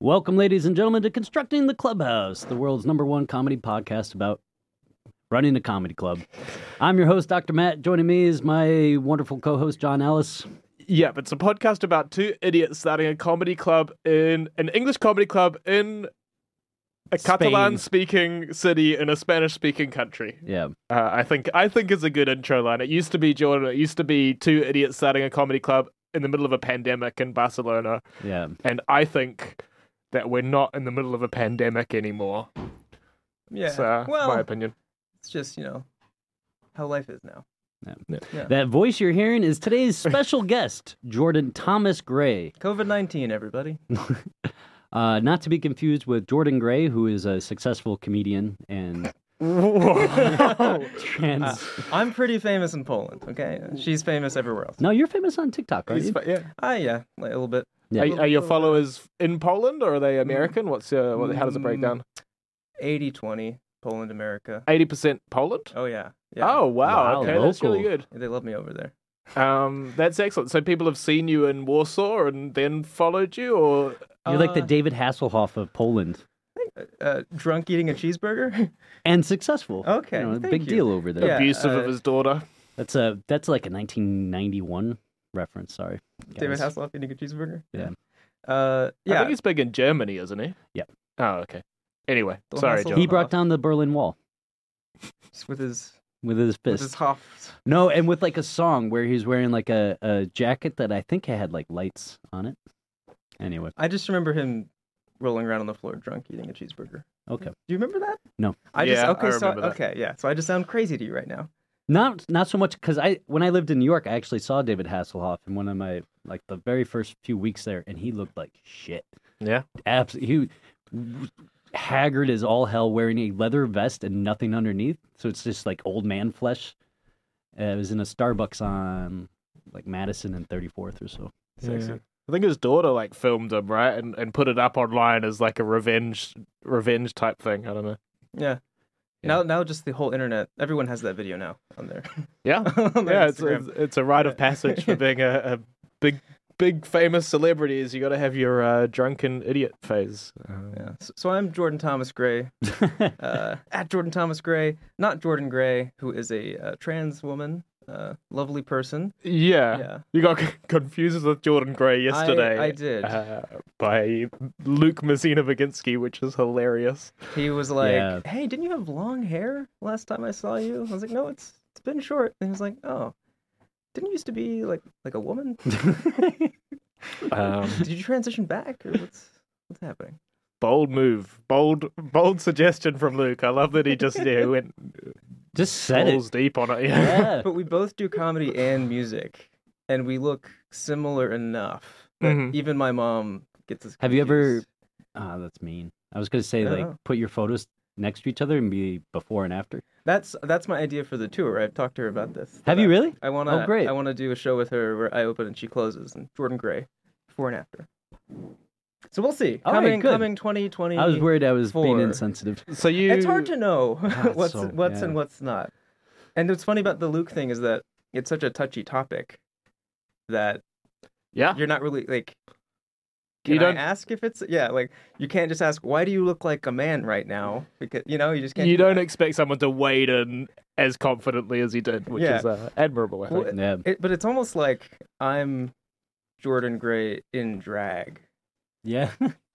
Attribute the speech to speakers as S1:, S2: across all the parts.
S1: Welcome, ladies and gentlemen, to Constructing the Clubhouse, the world's number one comedy podcast about running a comedy club. I'm your host, Dr. Matt. Joining me is my wonderful co host, John Ellis.
S2: Yep, it's a podcast about two idiots starting a comedy club in an English comedy club in a
S1: Spain.
S2: Catalan speaking city in a Spanish speaking country.
S1: Yeah.
S2: Uh, I think I think is a good intro line. It used to be Jordan. It used to be two idiots starting a comedy club in the middle of a pandemic in Barcelona,
S1: Yeah.
S2: and I think that we're not in the middle of a pandemic anymore.
S3: Yeah.
S2: So, uh,
S3: well,
S2: my opinion.
S3: it's just, you know, how life is now.
S1: That voice you're hearing is today's special guest, Jordan Thomas Gray.
S3: COVID 19, everybody.
S1: Uh, not to be confused with Jordan Gray, who is a successful comedian and
S2: Whoa.
S1: trans.
S3: I'm pretty famous in Poland, okay? She's famous everywhere else.
S1: no, you're famous on TikTok, aren't
S2: He's
S1: you?
S2: fa- yeah.
S3: Ah, yeah, like, a little bit.
S2: Are, are your followers in Poland or are they American? What's uh, what, how does it break down?
S3: 80 20, Poland, America.
S2: Eighty percent Poland.
S3: Oh, yeah. yeah.
S2: Oh
S1: Wow,
S2: wow! okay, that's really
S1: local.
S2: good.
S3: They love me over there.
S2: Um, that's excellent. So people have seen you in Warsaw and then followed you, or
S1: You're like the
S3: Uh,
S1: David Hasselhoff of Poland
S3: Uh, drunk eating a cheeseburger?
S1: and successful.
S3: Okay,
S1: You know,
S3: thank
S1: big
S3: you.
S1: deal over there.
S3: Yeah,
S2: abusive of
S3: uh,
S2: his daughter.
S1: That's a that's like a 1991 reference. Sorry,
S3: David
S1: guys.
S3: Hasselhoff eating a cheeseburger?
S1: Yeah.
S3: Uh,
S2: I
S3: yeah.
S2: think he's big in Germany, isn't he?
S1: Yep.
S2: Oh, okay. Anyway,
S3: Don't
S2: sorry,
S3: hassle
S2: John.
S1: He brought down the Berlin Wall
S3: Just with his,
S1: with his
S3: with
S1: fist.
S3: his Hoff.
S1: No, and with like a song where he's wearing like a, a jacket that I think had like lights on it. Anyway,
S3: I just remember him rolling around on the floor drunk eating a cheeseburger.
S1: okay.
S3: Do you remember that?
S1: No.
S3: I just
S2: Yeah,
S3: okay,
S2: I
S3: so
S2: remember that.
S3: okay, yeah. So I just sound crazy to you right now.
S1: Not not so much because I when I lived in New York, I actually saw David Hasselhoff in one of my like the very first few weeks there, and he looked like shit.
S2: Yeah.
S1: absolutely. He haggard as all hell, wearing a leather vest and nothing underneath, so it's just like old man flesh. Uh, it was in a Starbucks on like Madison and 34th or so.
S3: Sexy.
S2: Yeah. I think his daughter like filmed him right and, and put it up online as like a revenge revenge type thing. I don't know.
S3: Yeah. Now, now, just the whole internet. Everyone has that video now on there.
S2: Yeah,
S3: on their
S2: yeah. It's,
S3: Instagram.
S2: it's it's a rite of passage for being a, a big big famous celebrity. Is you got to have your uh, drunken idiot phase.
S3: yeah. So, so I'm Jordan Thomas Gray, uh, at Jordan Thomas Gray, not Jordan Gray, who is a uh, trans woman, uh, lovely person.
S2: Yeah.
S3: Yeah,
S2: You got c- confused with Jordan Gray yesterday.
S3: I, I did.
S2: Uh, by Luke Messina Viginsky, which is hilarious.
S3: he was like,
S1: Yeah.
S3: "Hey, didn't you have long hair last time I saw you?" I was like, "No, it's it's been short." And he was like, "Oh, didn't you used to be like like a woman?"
S2: Um,
S3: Did you transition back, or what's what's happening?
S2: bold move, bold, bold suggestion from Luke. I love that he just yeah, went
S1: Just said it.
S2: balls deep on it. Yeah.
S1: Yeah.
S3: But we both do comedy and music, and we look similar enough that
S2: Mhm.
S3: even my mom gets us.
S1: Have you ever-
S3: confused.
S1: Ah, that's mean. I was gonna say like
S3: Oh.
S1: put your photos next to each other and be before and after.
S3: That's that's my idea for the tour. I've talked to her about this.
S1: Have you
S3: That
S1: really?
S3: I want to.
S1: Oh, great.
S3: I want to do a show with her where I open and she closes, and Jordan Gray, before and after. So we'll see.
S1: All right,
S3: coming
S1: good.
S3: coming twenty twenty.
S1: I was worried I was being
S3: Four.
S1: insensitive.
S2: So you,
S3: It's hard to know
S1: Ah, it's
S3: what's
S1: so-
S3: what's
S1: yeah.
S3: and what's not. And what's funny about the Luke thing is that it's such a touchy topic that
S2: yeah,
S3: you're not really like
S2: you
S3: you
S2: don't,
S3: don't ask if it's yeah like you can't just ask why do you look like a man right now because you know you just can't
S2: you
S3: do
S2: don't
S3: that.
S2: expect someone to wade in as confidently as he did, which
S3: Yeah.
S2: is uh, admirable. I think.
S3: Well,
S1: Yeah.
S3: it, but it's almost like i'm jordan gray in drag
S1: Yeah.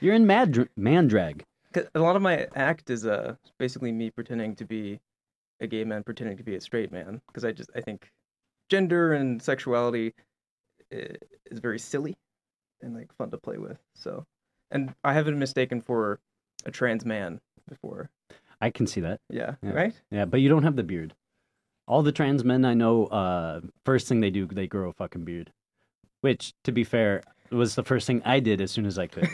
S1: You're in mad dr- man drag.
S3: 'Cause a lot of my act is uh basically me pretending to be a gay man pretending to be a straight man because i just i think gender and sexuality i- is very silly and like fun to play with so and i have been mistaken for a trans man before
S1: I can see that.
S3: yeah,
S1: Yeah.
S3: right
S1: Yeah, but you don't have the beard. All the trans men I know, uh, first thing they do, they grow a fucking beard. Which, to be fair, was the first thing I did as soon as I could.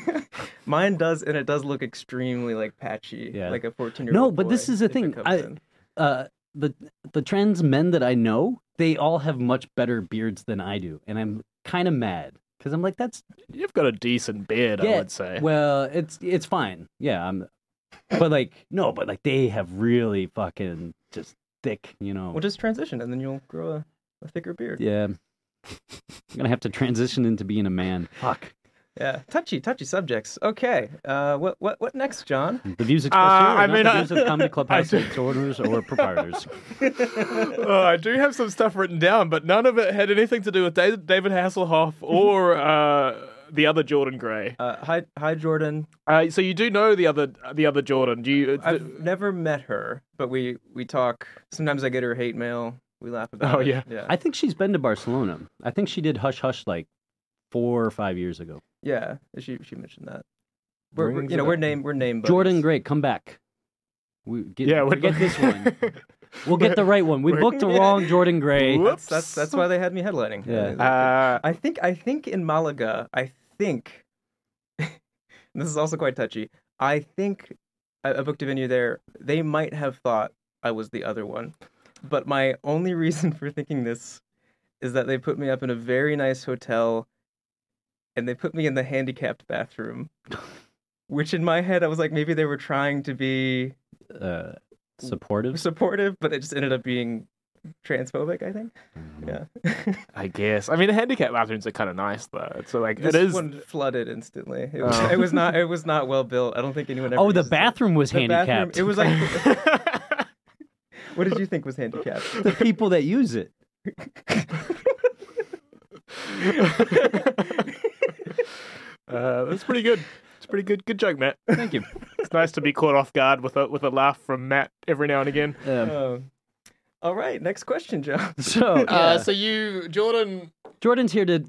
S3: Mine does, and it does look extremely like patchy,
S1: Yeah.
S3: like a fourteen-year-old.
S1: No, but this is the thing, I- Uh, the the trans men that I know, they all have much better beards than I do, and I'm kind of mad because I'm like, that's
S2: You've got a decent beard, I
S1: Yeah,
S2: would say.
S1: Well, it's it's fine. Yeah, I'm. But like no, but like they have really fucking just thick, you know.
S3: we'll just transition, and then you'll grow a, a thicker beard.
S1: yeah. I'm gonna have to transition into being a man. Fuck.
S3: Yeah, touchy, touchy subjects. Okay, uh, what, what, what next, John?
S1: The views expressed
S2: Uh,
S1: here are
S2: I
S1: not
S2: mean,
S1: the
S2: I-
S1: views of Comedy Clubhouse
S2: I-
S1: its owners or proprietors.
S2: Oh, I do have some stuff written down, but none of it had anything to do with Da- David Hasselhoff or uh, the other Jordan Gray.
S3: Uh, hi, hi, Jordan.
S2: Uh, so you do know the other the other Jordan. Do you?
S3: I've never met her, but we we talk. Sometimes I get her hate mail. We laugh about.
S2: Oh,
S3: it.
S2: yeah.
S3: yeah,
S1: I think she's been to Barcelona. I think she did Hush Hush like four or five years ago.
S3: yeah. She she mentioned that. We're, we're-
S2: Rings
S3: you know
S2: a
S3: we're
S2: bell.
S3: name we're name buddies.
S1: Jordan Gray, come back. We get,
S2: yeah,
S1: we
S2: we're-
S1: get this one. We'll get the right one. We
S2: We're-
S1: booked the wrong Jordan Gray.
S2: Whoop.
S3: That's, that's that's why they had me headlining.
S1: Yeah.
S2: Uh,
S3: I think I think in Malaga, I think this is also quite touchy. I think I, I booked a venue there. They might have thought I was the other one, but my only reason for thinking this is that they put me up in a very nice hotel, and they put me in the handicapped bathroom, which in my head I was like maybe they were trying to be
S1: Uh, supportive.
S3: supportive, but it just ended up being transphobic. I think. Yeah.
S2: I guess. I mean, the handicap bathrooms are kind of nice though. So like,
S3: This
S2: it is.
S3: one flooded instantly. It was,
S2: Oh.
S3: it was not. It was not well built. I don't think anyone. Ever
S1: Oh, the
S3: uses it.
S1: bathroom was
S3: The bathroom-
S1: handicapped.
S3: it was like, what did you think was handicapped?
S1: the people that use it.
S2: uh, that's pretty good. It's pretty good. Good joke, Matt.
S1: Thank you.
S2: It's nice to be caught off guard with a with a laugh from Matt every now and again.
S1: Um,
S3: Um, all right, next question, John.
S1: so, yeah.
S2: Uh,
S3: Uh,
S2: so you, Jordan,
S1: Jordan's here to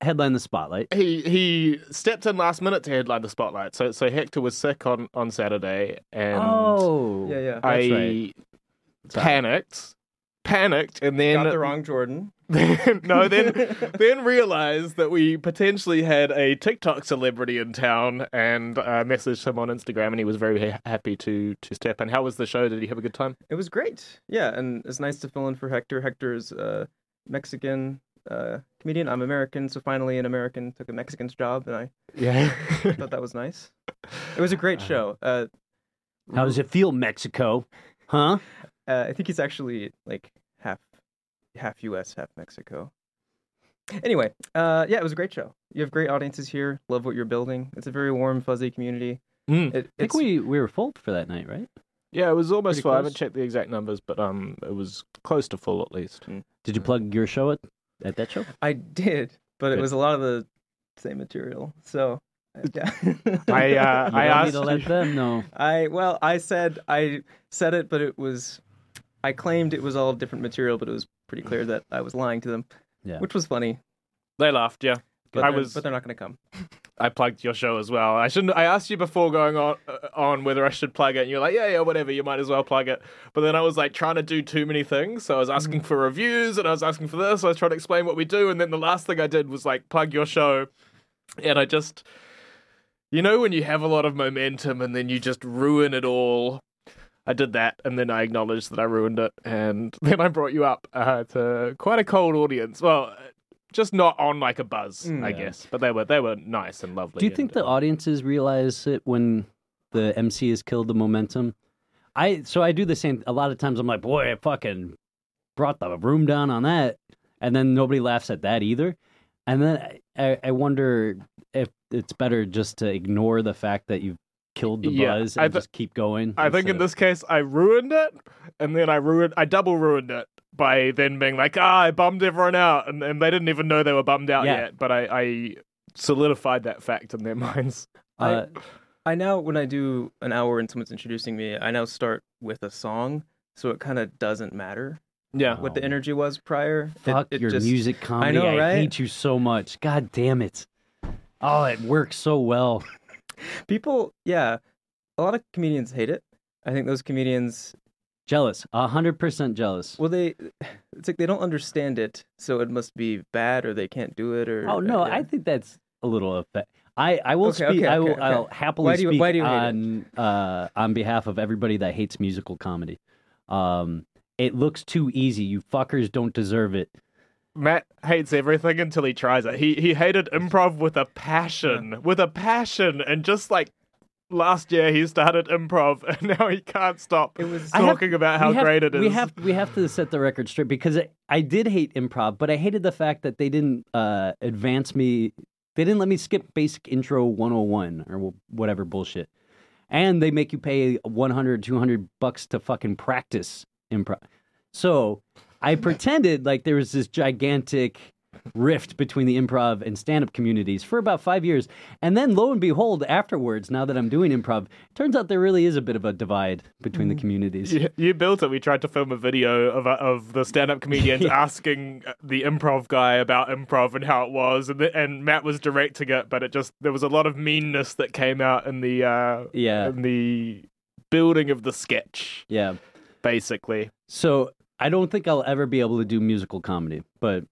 S1: headline the spotlight.
S2: he he stepped in last minute to headline the spotlight. So so Hector was sick on on Saturday, and
S1: oh,
S3: Yeah, yeah.
S2: I
S1: that's right. Sorry.
S2: panicked, panicked, and then
S3: Got the wrong Jordan.
S2: Then- no, then then realized that we potentially had a TikTok celebrity in town, and uh, messaged him on Instagram, and he was very ha- happy to to step in. How was the show? Did he have a good time?
S3: It was great. Yeah, and it's nice to fill in for Hector. Hector is uh, Mexican. Uh, comedian. I'm American, so finally an American took a Mexican's job, and I
S2: Yeah,
S3: thought that was nice. It was a great
S1: Uh-huh.
S3: show. Uh,
S1: How does it feel, Mexico? Huh?
S3: Uh, I think he's actually like half half U.S., half Mexico. Anyway, uh, yeah, it was a great show. You have great audiences here. Love what you're building. It's a very warm, fuzzy community.
S2: Mm.
S3: It,
S1: I think
S3: it's,
S1: we, we were full for that night, right?
S2: yeah. It was almost
S1: Pretty
S2: full. I haven't
S1: close.
S2: checked the exact numbers, but um, it was close to full at least.
S1: Did you plug your show at, at that show?
S3: I did, but it
S2: Good.
S3: was a lot of the same material. So uh, yeah.
S2: I uh,
S1: You
S2: I
S1: don't
S2: asked
S1: need to let them know.
S3: I well, I said I said it, but it was I claimed it was all different material, but it was pretty clear that I was lying to them,
S1: Yeah.
S3: which was funny.
S2: they laughed. Yeah,
S3: But
S2: I
S3: they're-
S2: was
S3: but they're not going to come.
S2: I plugged your show as well. I shouldn't. I asked you before going on uh, on whether I should plug it, and you're like, yeah, yeah, whatever. You might as well plug it. But then I was like trying to do too many things. So I was asking
S1: Mm.
S2: for reviews, and I was asking for this. I was trying to explain what we do, and then the last thing I did was like plug your show, and I just, you know, when you have a lot of momentum and then you just ruin it all. I did that, and then I acknowledged that I ruined it, and then I brought you up uh, to quite a cold audience. Well. Just not on like a buzz,
S3: Mm.
S2: I
S1: Yeah.
S2: guess. Yes, but they were they were nice and lovely.
S1: Do you think
S2: and,
S1: the audiences realize it when the MC has killed the momentum? I so I do the same. A lot of times I'm like, boy, I fucking brought the room down on that, and then nobody laughs at that either. And then I, I wonder if it's better just to ignore the fact that you've killed the
S2: Yeah,
S1: buzz
S2: I
S1: and
S2: thi-
S1: just keep going.
S2: I think
S1: instead
S2: in
S1: of-
S2: this case I ruined it, and then I ruined I double ruined it by then being like, ah, I bummed everyone out, and, and they didn't even know they were bummed out
S1: Yeah.
S2: yet. But I, I solidified that fact in their minds.
S1: uh,
S3: I now, when I do an hour and someone's introducing me, I now start with a song, so it kind of doesn't matter
S2: Yeah,
S3: what
S1: Oh.
S3: the energy was prior. It-
S1: fuck
S3: it
S1: your
S3: just-
S1: music comedy.
S3: know, right?
S1: hate you so much. God damn it. Oh, it works so well.
S3: People, yeah, a lot of comedians hate it. I think those comedians,
S1: Jealous. A hundred percent jealous.
S3: well, they, it's like they don't understand it, so it must be bad, or they can't do it, or uh,
S1: Oh no,
S3: yeah.
S1: I think that's a little offensive. I, I will
S3: Okay,
S1: speak.
S3: okay,
S1: I will.
S3: okay, okay.
S1: I'll happily
S3: Why do you-
S1: speak
S3: why do you hate it?
S1: on uh, on behalf of everybody that hates musical comedy. Um, it looks too easy. You fuckers don't deserve it.
S2: Matt hates everything until he tries it. He he hated improv with a passion, with a passion, and just like last year he started improv, and now he can't stop
S3: It was-
S1: I have-
S2: talking about how
S1: we have-
S2: great it is.
S1: We have we have to set the record straight because I, I did hate improv, but I hated the fact that they didn't uh, advance me They didn't let me skip basic intro 101 or wh- whatever bullshit. And they make you pay 100, 200 bucks to fucking practice improv. So I pretended like there was this gigantic rift between the improv and stand up communities for about five years. And then lo and behold, afterwards, now that I'm doing improv, turns out there really is a bit of a divide between
S2: Mm.
S1: the communities.
S2: You, you built it. We tried to film a video of uh, of the stand up comedians asking uh, the improv guy about improv and how it was, and the, and Matt was directing it, but it just there was a lot of meanness that came out in the uh,
S1: Yeah.
S2: in the building of the sketch,
S1: Yeah.
S2: basically.
S1: So I don't think I'll ever be able to do musical comedy, but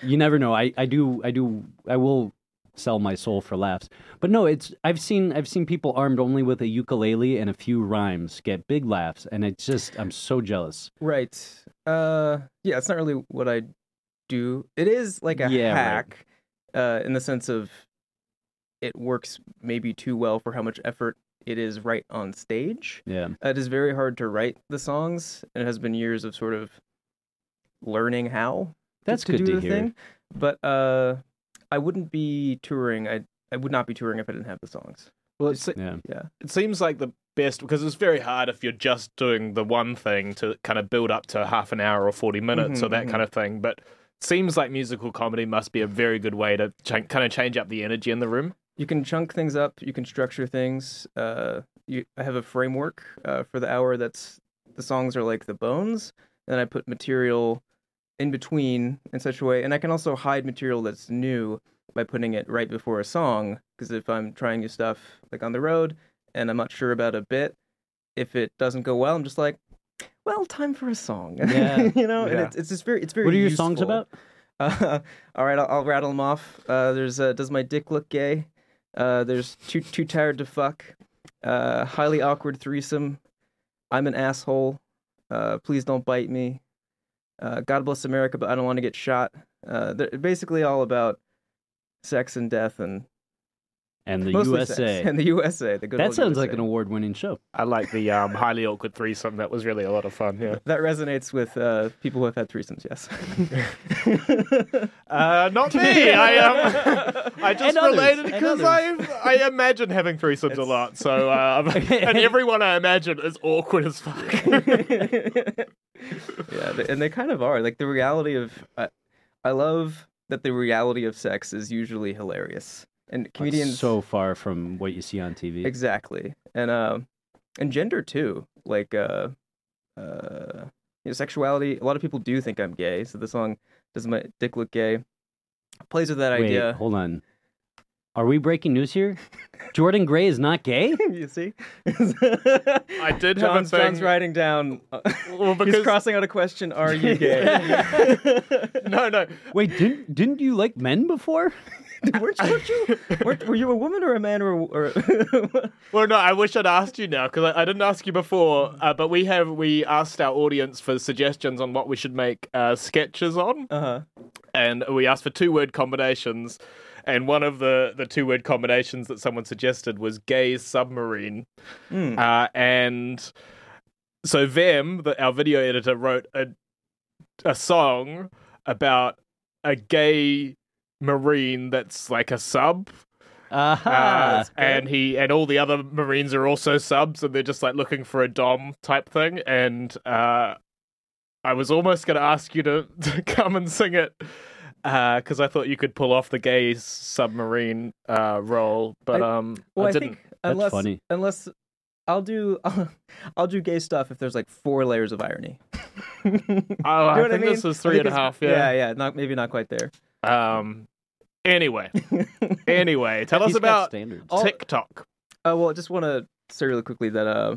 S1: you never know. I, I do I do I will sell my soul for laughs. But no, it's I've seen I've seen people armed only with a ukulele and a few rhymes get big laughs, and it's just I'm so jealous.
S3: Right. Uh yeah, it's not really what I do. It is like a
S1: Yeah, right.
S3: hack uh in the sense of it works maybe too well for how much effort it is right on stage.
S1: Yeah.
S3: Uh, It is very hard to write the songs and it has been years of sort of learning how to-
S1: That's
S3: to,
S1: good
S3: do
S1: to
S3: the
S1: hear.
S3: thing. But uh I wouldn't be touring. I I would not be touring if I didn't have the songs.
S2: Well, it's,
S1: Yeah.
S2: it seems like the best because it's very hard if you're just doing the one thing to kind of build up to half an hour or 40 minutes
S3: Mhm,
S2: or that
S3: mhm.
S2: kind of thing but it seems like musical comedy must be a very good way to ch- kind of change up the energy in the room
S3: you can chunk things up you can structure things uh you i have a framework uh, for the hour that's the songs are like the bones and i put material in between in such a way and i can also hide material that's new by putting it right before a song because if i'm trying new stuff like on the road and i'm not sure about a bit if it doesn't go well i'm just like well time for a song
S1: Yeah,
S3: you know and
S2: yeah.
S3: it's, it's just very it's very
S1: What are your
S3: useful.
S1: songs about?
S3: Uh, all right, I'll, I'll rattle them off. Uh, there's uh, "Does My Dick Look Gay?" Uh, there's "Too Too Tired to Fuck," uh, "Highly Awkward Threesome," "I'm an Asshole," uh, "Please Don't Bite Me," uh, "God Bless America," but I don't want to get shot. Uh, they're basically all about sex and death and
S1: And the
S3: mostly sex
S1: USA.
S3: and the USA. The good
S1: that
S3: old
S1: sounds like an
S3: USA.
S1: award winning show.
S2: i like the um, highly awkward threesome that was really a lot of fun yeah
S3: that resonates with uh, people who have had threesomes. Yes.
S2: uh, not me i um, i just
S1: And others,
S2: related
S1: and
S2: because i i imagine having threesomes a lot so uh, and everyone i imagine is awkward as fuck
S3: yeah, they, and they kind of are. Like the reality of, I, I love that the reality of sex is usually hilarious, and
S1: Like,
S3: comedians
S1: so far from what you see on TV.
S3: exactly, and um, and gender too. Like uh, uh, you know, sexuality. A lot of people do think I'm gay, so the song "Does My Dick Look Gay" plays with that
S1: Wait,
S3: idea.
S1: hold on. Are we breaking news here? Jordan Gray is not gay?
S3: you see, I
S2: did have a
S3: John's, John's
S2: thing-
S3: writing down. uh,
S2: well,
S3: He's
S2: because
S3: crossing out a question. Are you gay?
S2: no no
S1: Wait, didn't didn't you like men before?
S3: weren't, weren't you weren't, were you a woman or a man or, or
S2: Well, no, I wish I'd asked you now because I, I didn't ask you before. Uh, but we have we asked our audience for suggestions on what we should make uh, sketches on,
S3: uh-huh
S2: and we asked for two word combinations. And one of the, the two word combinations that someone suggested was gay submarine.
S3: Hmm.
S2: Uh, and so Vem, the, our video editor, wrote a a song about a gay marine that's like a sub
S1: Aha.
S2: uh, and he and all the other marines are also subs and they're just like looking for a dom type thing and uh i was almost going to ask you to, to come and sing it because i thought you could pull off the gay submarine uh role but
S3: I-
S2: um
S3: well
S2: i
S3: i,
S2: didn't
S3: think unless
S1: funny.
S3: unless i'll do I'll, do gay stuff if there's like four layers of irony you know
S2: oh i
S3: what
S2: think
S3: mean?
S2: this was
S3: I
S2: three
S3: think
S2: and a
S3: it's-
S2: half.
S3: yeah yeah not maybe not quite
S2: yeah
S3: there
S2: um anyway anyway tell us
S1: He's got
S2: about
S1: standards.
S3: all-
S2: tiktok
S3: Uh, well, I just want to say really quickly that uh,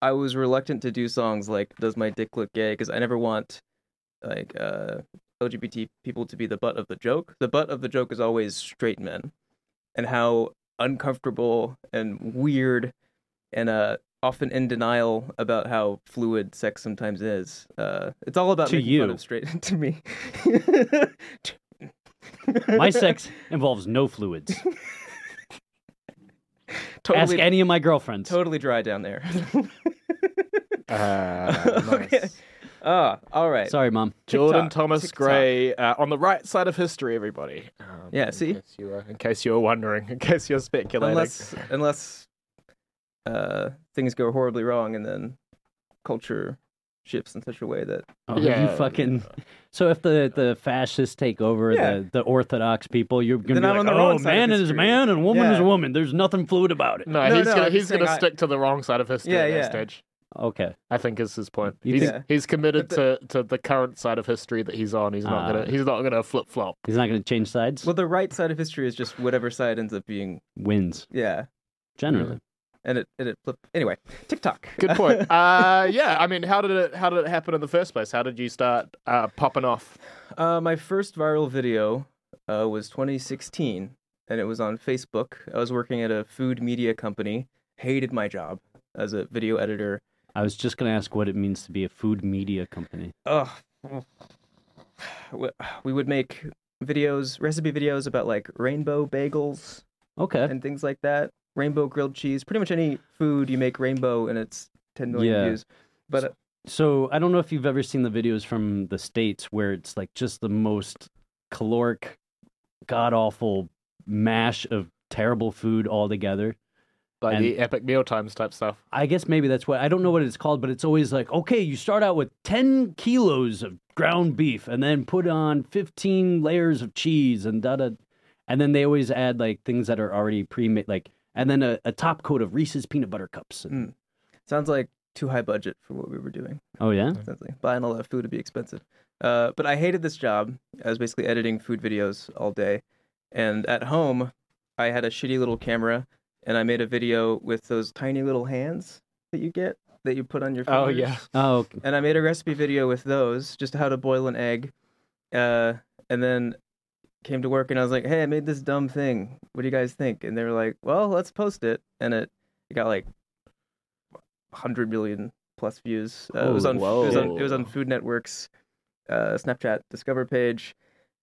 S3: I was reluctant to do songs like "Does My Dick Look Gay?" because I never want like uh, LGBT people to be the butt of the joke. The butt of the joke is always straight men, and how uncomfortable and weird and uh, often in denial about how fluid sex sometimes is. Uh, it's all about
S1: To
S3: making fun
S1: you.
S3: of straight to me.
S1: My sex involves no fluids. Ask
S3: totally,
S1: any of my girlfriends.
S3: totally dry down there.
S2: uh,
S3: Okay. Ah, all right.
S1: Sorry, mom.
S2: Jordan
S3: TikTok,
S2: Thomas
S3: TikTok.
S2: Gray uh, on the right side of history, everybody. Um,
S3: Yeah,
S2: in
S3: see?
S2: case you were- in case you were wondering, in case you're speculating.
S3: Unless unless uh, things go horribly wrong and then culture shifts in such a way that
S1: Oh,
S2: Yeah.
S1: you fucking. So if the, the fascists take over
S3: Yeah.
S1: the, the orthodox people, you're gonna be
S3: Then I'm
S1: like,
S3: on the
S1: oh,
S3: wrong side of
S1: man is a
S3: history."
S1: man and woman is a
S3: Yeah.
S1: woman. There's nothing fluid about it.
S2: no,
S3: No,
S2: he's
S3: no,
S2: gonna
S3: I'm
S2: he's
S3: just
S2: gonna
S3: saying I-
S2: stick to the wrong side of history
S3: Yeah,
S2: at that
S3: yeah.
S2: stage.
S1: Okay.
S2: I think is his point.
S1: You
S2: He's
S3: think-
S2: he's committed
S3: But
S2: to, to the current side of history that he's on. He's not
S1: Ah.
S2: gonna he's not gonna flip flop.
S1: He's not gonna change sides.
S3: well, the right side of history is just whatever side ends up being.
S1: Wins
S3: Yeah,
S1: generally.
S3: and it and it flip anyway. TikTok.
S2: Good point. uh, yeah, I mean, how did it how did it happen in the first place? How did you start uh, popping off?
S3: Uh, my first viral video uh, was 2016, and it was on Facebook. I was working at a food media company. Hated my job as a video editor.
S1: I was just gonna ask what it means to be a food media company.
S3: Ugh. We- We would make videos, recipe videos about like rainbow bagels
S1: Okay.
S3: and things like that. Rainbow grilled cheese. Pretty much any food you make rainbow, and it's 10 million
S1: Yeah.
S3: views. But uh,
S1: So I don't know if you've ever seen the videos from the states where it's like just the most caloric, god awful mash of terrible food all together.
S2: Like
S1: And-
S2: the epic meal times type stuff.
S1: I guess maybe that's what I don't know what it's called, but it's always like, okay, you start out with 10 kilos of ground beef and then put on 15 layers of cheese and da da. And then they always add like things that are already pre made, like, and then a, a top coat of Reese's peanut butter cups.
S3: Mm. sounds like too high budget for what we were doing.
S1: Oh, yeah.
S3: Essentially, buying a lot of food would be expensive. Uh, but I hated this job. I was basically editing food videos all day, and at home, I had a shitty little camera, and I made a video with those tiny little hands that you get that you put on your. Fingers.
S2: Oh yeah,
S1: Oh, okay.
S3: And I made a recipe video with those, just how to boil an egg, uh, and then came to work and I was like, "Hey, I made this dumb thing. What do you guys think?" And they were like, "Well, let's post it." And it, it got like 100 million plus views. Uh, it was
S1: Oh,
S3: on it was on,
S2: whoa.
S3: it was on Food Network's uh, Snapchat Discover page.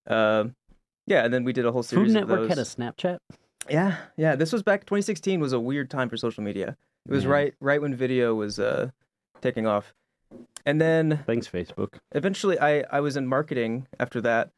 S3: Um yeah, and then we did a whole series.
S1: Food
S3: of
S1: Network
S3: those.
S1: had a Snapchat.
S3: Yeah, yeah. This was back 2016 was a weird time for social media. It was
S1: Yeah.
S3: right right when video was uh, taking off. And then
S1: Thanks, Facebook.
S3: eventually I, I was in marketing after that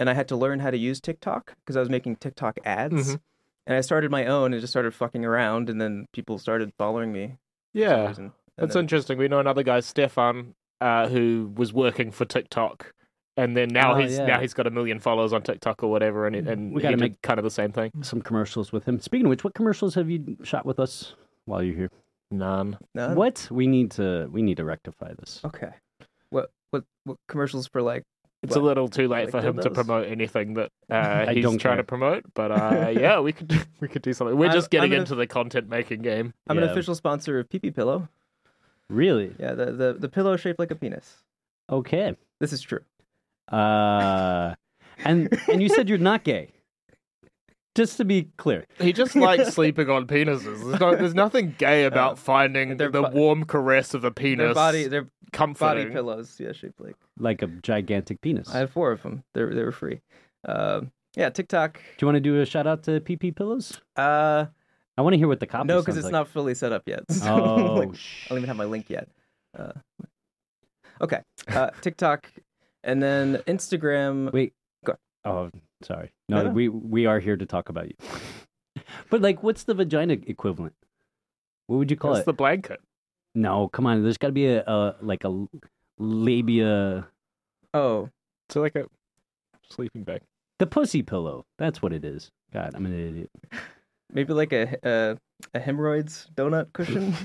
S3: and I had to learn how to use TikTok because I was making TikTok ads.
S1: Mm-hmm.
S2: Mhm.
S3: And I started my own and just started fucking around and then people started following me. for some
S2: yeah.
S3: reason. And
S2: That's
S3: then-
S2: interesting. We know another guy, Stefan, uh, who was working for TikTok, and then now
S1: Oh,
S2: he's
S1: yeah.
S2: now he's got a million followers on TikTok or whatever, and and
S1: We
S2: he
S1: gotta
S2: did
S1: make-
S2: kind of the same thing.
S1: Some commercials with him. Speaking of which, what commercials have you shot with us while you're here?
S2: None.
S3: No,
S1: What? We need to we need to rectify this.
S3: Okay. What what what commercials for like
S2: It's a
S3: What?
S2: little too late
S3: Like
S2: for him to
S3: dildos?
S2: promote anything that uh,
S1: I
S2: he's
S1: don't
S2: trying to
S1: care.
S2: promote. But uh, yeah, we could we could do something. We're
S3: I'm-
S2: just getting
S3: I'm gonna-
S2: into the content making game.
S3: I'm an
S1: Yeah.
S3: official sponsor of Pee Pee Pillow.
S1: Really?
S3: Yeah, the, the the pillow shaped like a penis.
S1: Okay.
S3: This is true.
S1: Uh, and and you said you're not gay. Just to be clear,
S2: He just likes sleeping on penises. There's, no, there's nothing gay about finding the
S3: their bo-
S2: warm caress of a penis.
S3: Their body their
S2: comforting.
S3: body pillows, yeah, shaped like
S1: like a gigantic penis.
S3: I have four of them. They they were free. Um, yeah, TikTok.
S1: Do you want to do a shout out to PP Pillows?
S3: Uh,
S1: I want to hear what the copy.
S3: no, because
S1: sounds
S3: it's
S1: like.
S3: not fully set up yet. So,
S1: Oh,
S3: like, I
S1: sh-
S3: don't even have my link yet. Uh, okay, uh, TikTok, and then Instagram.
S1: Wait.
S3: Go.
S1: Oh, sorry. No,
S3: No, no.
S1: we we are here to talk about you. but like, what's the vagina equivalent? What would you call
S2: It's
S1: it?
S2: the blanket.
S1: No, come on. There's got to be a, a like a l- labia.
S3: Oh,
S2: It's like a sleeping bag.
S1: The pussy pillow. That's what it is. God, I'm an idiot.
S3: maybe like a a, a hemorrhoids donut cushion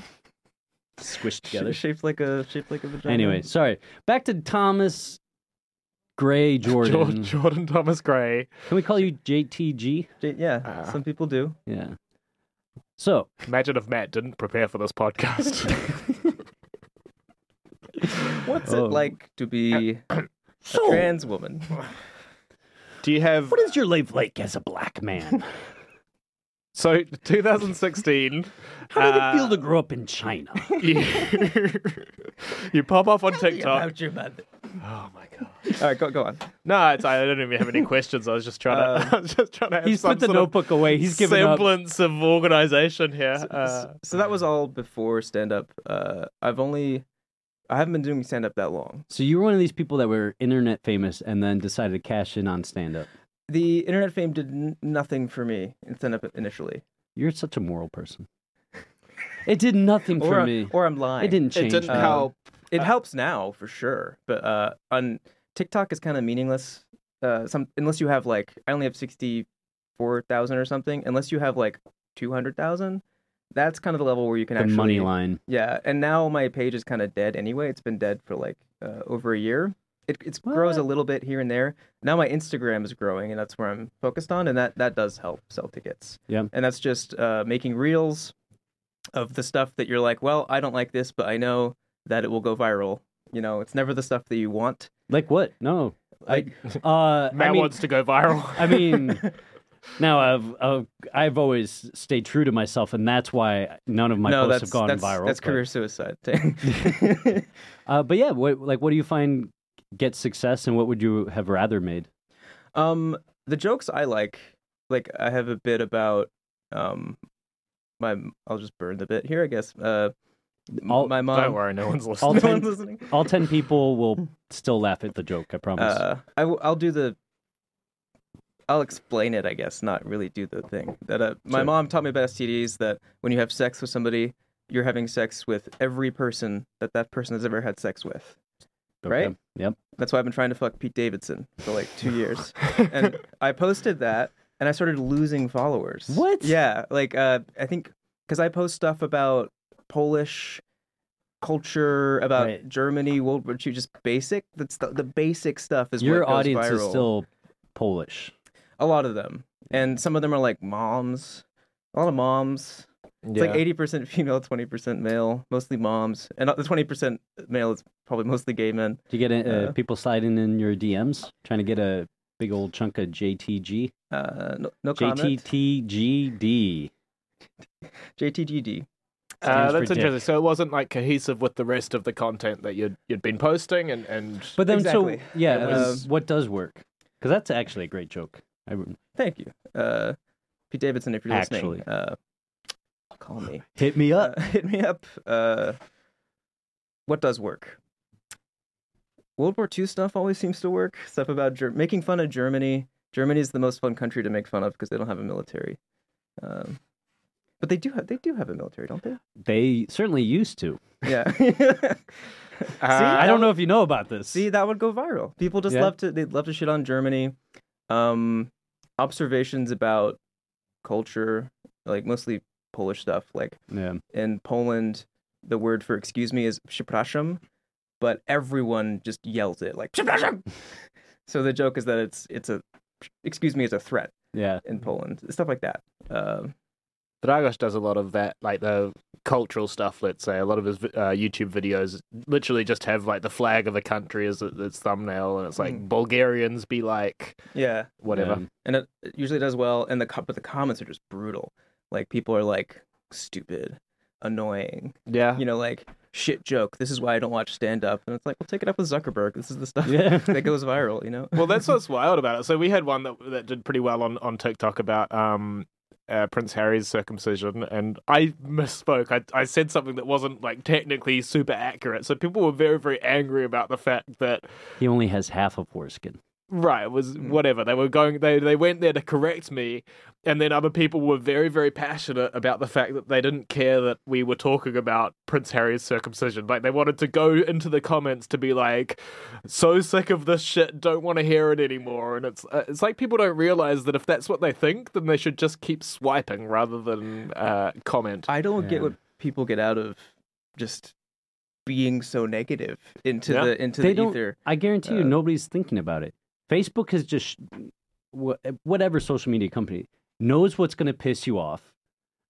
S1: Squished
S3: sh-
S1: together.
S3: shaped like a shaped like a vagina.
S1: Anyway, sorry. Back to Thomas Gray Jordan.
S2: Jordan, Jordan Thomas Gray.
S1: Can we call you JTG?
S3: J- yeah,
S2: Ah.
S3: some people do.
S1: Yeah. So,
S2: Imagine if Matt didn't prepare for this podcast.
S3: What's
S1: Oh.
S3: it like to be a
S1: so
S3: trans woman?
S2: Do you have
S1: what is your life like as a black man?
S2: so 2016?
S1: How did
S2: uh,
S1: it feel to grow up in China?
S2: You, uh, you pop off on TikTok.
S3: your mother.
S2: Oh my god!
S3: All right, go go on.
S2: No, it's, I don't even have any questions. I was just trying to. I was just trying to. Have
S1: Uh, He's
S2: some
S1: put the
S2: sort of
S1: notebook away. He's given up.
S2: semblance of organization here. Uh,
S3: so that was all before stand up. Uh, I've only I haven't been doing stand up that long.
S1: So you were one of these people that were internet famous and then decided to cash in on stand up.
S3: The internet fame did n- nothing for me in stand up initially.
S1: You're such a moral person. It did nothing for
S3: or,
S1: me.
S3: or I'm lying.
S1: it didn't
S2: It
S1: change.
S2: didn't
S1: me.
S3: Uh,
S2: help.
S3: It
S2: Uh,
S3: helps now for sure, but uh, on TikTok is kind of meaningless. Uh, some unless you have like I only have sixty four thousand or something. Unless you have like two hundred thousand, that's kind of the level where you can
S1: the
S3: actually
S1: money line.
S3: Yeah, and now my page is kind of dead anyway. It's been dead for like uh, over a year. It it grows a little bit here and there. Now my Instagram is growing, and that's where I'm focused on, and that that does help sell tickets.
S1: Yeah.
S3: and that's just uh, making reels of the stuff that you're like, well, I don't like this, but I know that it will go viral. You know, it's never the stuff that you want.
S1: Like what? No.
S3: Like,
S1: Uh,
S2: Matt
S1: I mean,
S2: wants to go viral.
S1: I mean, now I've, I've I've always stayed true to myself, and that's why none of my
S3: no,
S1: posts
S3: that's
S1: have gone
S3: that's,
S1: viral.
S3: That's
S1: but-
S3: career suicide.
S1: Uh, but yeah, what like what do you find gets success, and what would you have rather made?
S3: Um, the jokes I like, like I have a bit about um, my I'll just burn the bit here, I guess. Uh, m-
S1: All-
S3: my mom.
S2: Don't worry, no one's
S1: um, I'll
S3: No
S2: listening.
S1: take-
S3: one's listening.
S1: All ten people will still laugh at the joke. I promise.
S3: Uh, I will, I'll do the. I'll explain it, I guess, not really do the thing. That uh, my
S1: Sure.
S3: mom taught me about STDs. That when you have sex with somebody, you're having sex with every person that that person has ever had sex with.
S1: Okay.
S3: right?
S1: Yep.
S3: That's why I've been trying to fuck Pete Davidson for like two years. and I posted that and I started losing followers.
S1: What?
S3: Yeah. Like, uh, I think because I post stuff about Polish culture, about
S1: Right.
S3: Germany, World War II, just basic. That's the, the basic stuff is
S1: Your
S3: what goes
S1: audience is
S3: viral.
S1: still Polish.
S3: a lot of them. And some of them are like moms, a lot of moms. It's like eighty percent female, twenty percent male, mostly moms, and uh, the twenty percent male is probably mostly gay men.
S1: Do you get uh,
S3: Yeah.
S1: people sliding in your DMs trying to get a big old chunk of JTG?
S3: Uh, no, no comment.
S1: JTTGD.
S3: JTGD.
S1: stands for
S2: Uh, that's
S1: dick.
S2: interesting. So it wasn't like cohesive with the rest of the content that you'd you'd been posting, and and
S1: But then, so
S3: Exactly.
S1: yeah,
S2: It
S3: was-
S1: uh, what does work? Because that's actually a great joke. I, would-
S3: Thank you, uh, Pete Davidson. If you're
S1: Actually.
S3: listening, uh, call me.
S1: hit me up.
S3: Uh, hit me up. Uh, what does work? World War II stuff always seems to work. Stuff about Ger- making fun of Germany. Germany is the most fun country to make fun of because they don't have a military. Um, but they do have they do have a military, don't they?
S1: They certainly used to.
S3: Yeah.
S2: Uh,
S1: I don't know if you know about this.
S3: See, that would go viral. People just
S1: Yeah.
S3: love to they love to shit on Germany. Um observations about culture, like mostly Polish stuff. Like
S1: yeah.
S3: in Poland, the word for excuse me is przepraszam, but everyone just yells it like przepraszam. so the joke is that it's it's a excuse me is a threat
S1: Yeah.
S3: in Poland. Stuff like that. Um
S2: Dragos does a lot of that, like the cultural stuff. Let's say a lot of his vi- uh, YouTube videos literally just have like the flag of a country as its, its thumbnail, and it's like
S3: Mm.
S2: Bulgarians be like
S3: yeah.
S2: whatever.
S1: Um,
S3: and it, it usually does well. And the co- but the comments are just brutal. Like people are like stupid, annoying.
S2: Yeah,
S3: You know, like shit joke. This is why I don't watch stand up. And it's like, well, take it up with Zuckerberg. This is the stuff
S1: Yeah.
S3: that goes viral. You know.
S2: well, that's what's wild about it. So we had one that that did pretty well on on TikTok about um. Uh, Prince Harry's circumcision, and I misspoke. I, I said something that wasn't like technically super accurate, so people were very very angry about the fact that
S1: He only has half a foreskin.
S2: right it was whatever they were going. They they went there to correct me, and then other people were very very passionate about the fact that they didn't care that we were talking about Prince Harry's circumcision. Like they wanted to go into the comments to be like, so sick of this shit, don't want to hear it anymore. And it's uh, it's like people don't realize that if that's what they think, then they should just keep swiping rather than uh, comment.
S3: I don't
S1: Yeah.
S3: get what people get out of just being so negative into
S2: Yeah.
S3: the into
S1: They
S3: the
S1: don't-
S3: ether.
S1: I guarantee you,
S3: Uh,
S1: nobody's thinking about it. Facebook has just wha- whatever social media company knows what's going to piss you off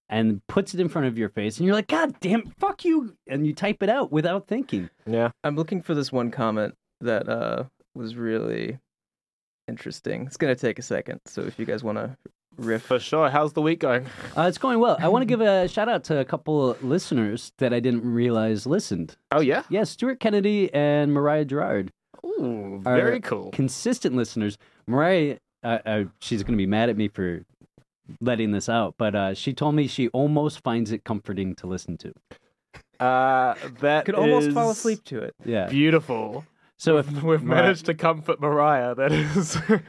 S1: and puts it in front of your face, and you're like, "God damn, fuck you!" And you type it out without thinking.
S2: Yeah,
S3: I'm looking for this one comment that uh was really interesting. It's gonna take a second, so if you guys want to riff,
S2: for sure. How's the week going?
S1: Uh, it's going well. I want to give a shout out to a couple listeners that I didn't realize listened.
S2: Oh yeah,
S1: Yes, Stuart Kennedy and Mariah Gerard,
S2: Ooh,
S1: Our-
S2: very
S3: Uh,
S2: cool.
S1: consistent listeners. Mariah, uh, uh, she's going to be mad at me for letting this out, but uh, she told me she almost finds it comforting to listen to.
S2: Uh, that
S3: Could almost fall
S2: is
S3: asleep to it.
S1: Yeah.
S2: Beautiful.
S1: So if
S2: We've
S1: Mariah-
S2: managed to comfort Mariah. That is. uh,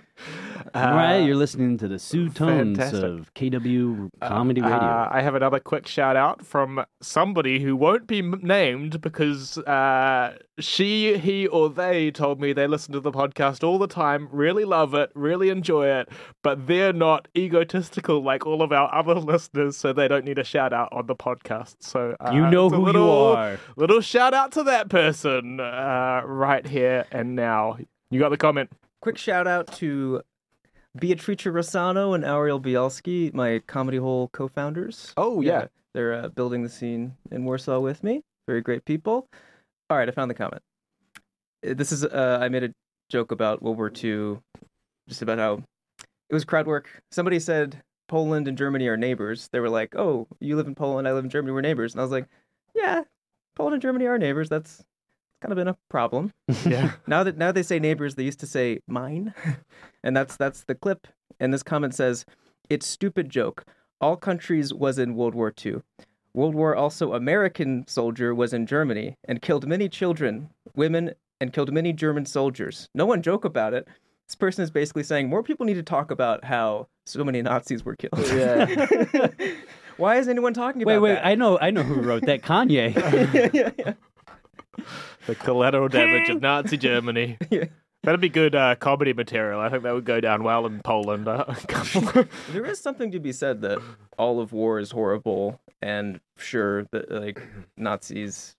S1: Mariah, you're listening to the Sue Tones
S2: fantastic.
S1: of KW Comedy
S2: uh,
S1: Radio.
S2: I have another quick shout out from somebody who won't be m- named because uh, she, he, or they told me they listen to the podcast all the time, really love it, really enjoy it, but they're not egotistical like all of our other listeners, so they don't need a shout out on the podcast. So uh,
S1: you know
S2: it's a
S1: who you
S2: little-
S1: are.
S2: Little shout out to that person uh, right here and now. You got the comment.
S3: Quick shout out to Beatrice Rossano and Ariel Bielski, my Comedy Hole co founders.
S2: Oh
S3: They're uh, building the scene in Warsaw with me. Very great people. All right, I found the comment. Uh, This is, uh, I made a joke about World War II, just about how it was crowd work. Somebody said Poland and Germany are neighbors. They were like, oh, you live in Poland, I live in Germany, we're neighbors. And I was like, yeah, Poland and Germany are neighbors. That's kind of been a problem.
S2: yeah.
S3: Now that now they say neighbors, they used to say mine, and that's that's the clip. And this comment says, "It's stupid joke. All countries was in World War II. World War also American soldier was in Germany and killed many children, women, and killed many German soldiers. No one joke about it." This person is basically saying more people need to talk about how so many Nazis were killed. Yeah. Why is anyone talking about
S1: Oh, Wait, wait.
S3: that?
S1: I know. I know who wrote that. Kanye.
S3: yeah, yeah, yeah.
S2: The collateral damage of Nazi Germany.
S3: Yeah.
S2: That'd be good uh, comedy material. I think that would go down well in Poland. Uh,
S3: There is something to be said that all of war is horrible, and sure, that like Nazis,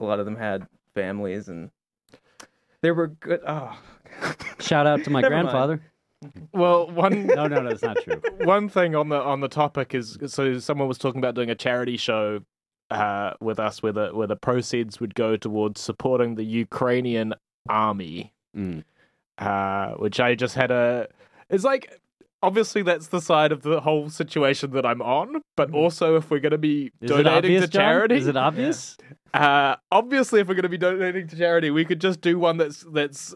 S3: a lot of them had families, and there were good. Oh,
S1: Shout out to my
S3: Never mind.
S1: grandfather.
S2: well, one
S1: No, no, no. That's not true.
S2: one thing on the on the topic is so someone was talking about doing a charity show uh, with us, where the where the proceeds would go towards supporting the Ukrainian army.
S1: Mm.
S2: uh, which I just had a. It's like obviously that's the side of the whole situation that I'm on, but also if we're going to be
S1: Hmm. Is it
S2: donating
S1: obvious,
S2: to
S1: John?
S2: charity,
S1: Is it obvious?
S2: uh, obviously if we're going to be donating to charity, we could just do one that's that's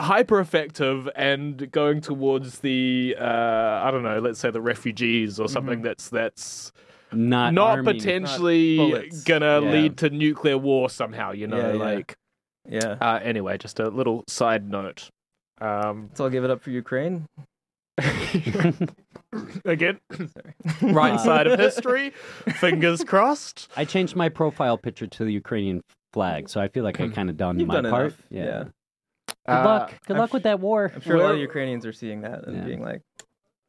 S2: hyper effective and going towards the uh, I don't know, let's say the refugees or something that's that's
S1: Not.
S2: not
S1: Uh, army.
S2: potentially
S3: bullets.
S2: gonna
S3: Yeah.
S2: lead to nuclear war somehow. You know,
S3: Yeah, yeah.
S2: like
S3: yeah.
S2: uh, anyway, just a little side note. Um,
S3: So I'll give it up for Ukraine.
S2: Again,
S3: Sorry.
S2: right
S1: Uh,
S2: side of history. Fingers crossed.
S1: I changed my profile picture to the Ukrainian flag, so I feel like I kind of done
S3: You've
S1: my
S3: done
S1: part.
S3: enough. Yeah.
S1: Good
S2: Mm. Uh,
S1: luck. Good
S3: I'm
S1: luck with that war.
S3: I'm sure a lot of
S2: We're-
S3: Ukrainians are seeing that and
S1: Yeah.
S3: being like,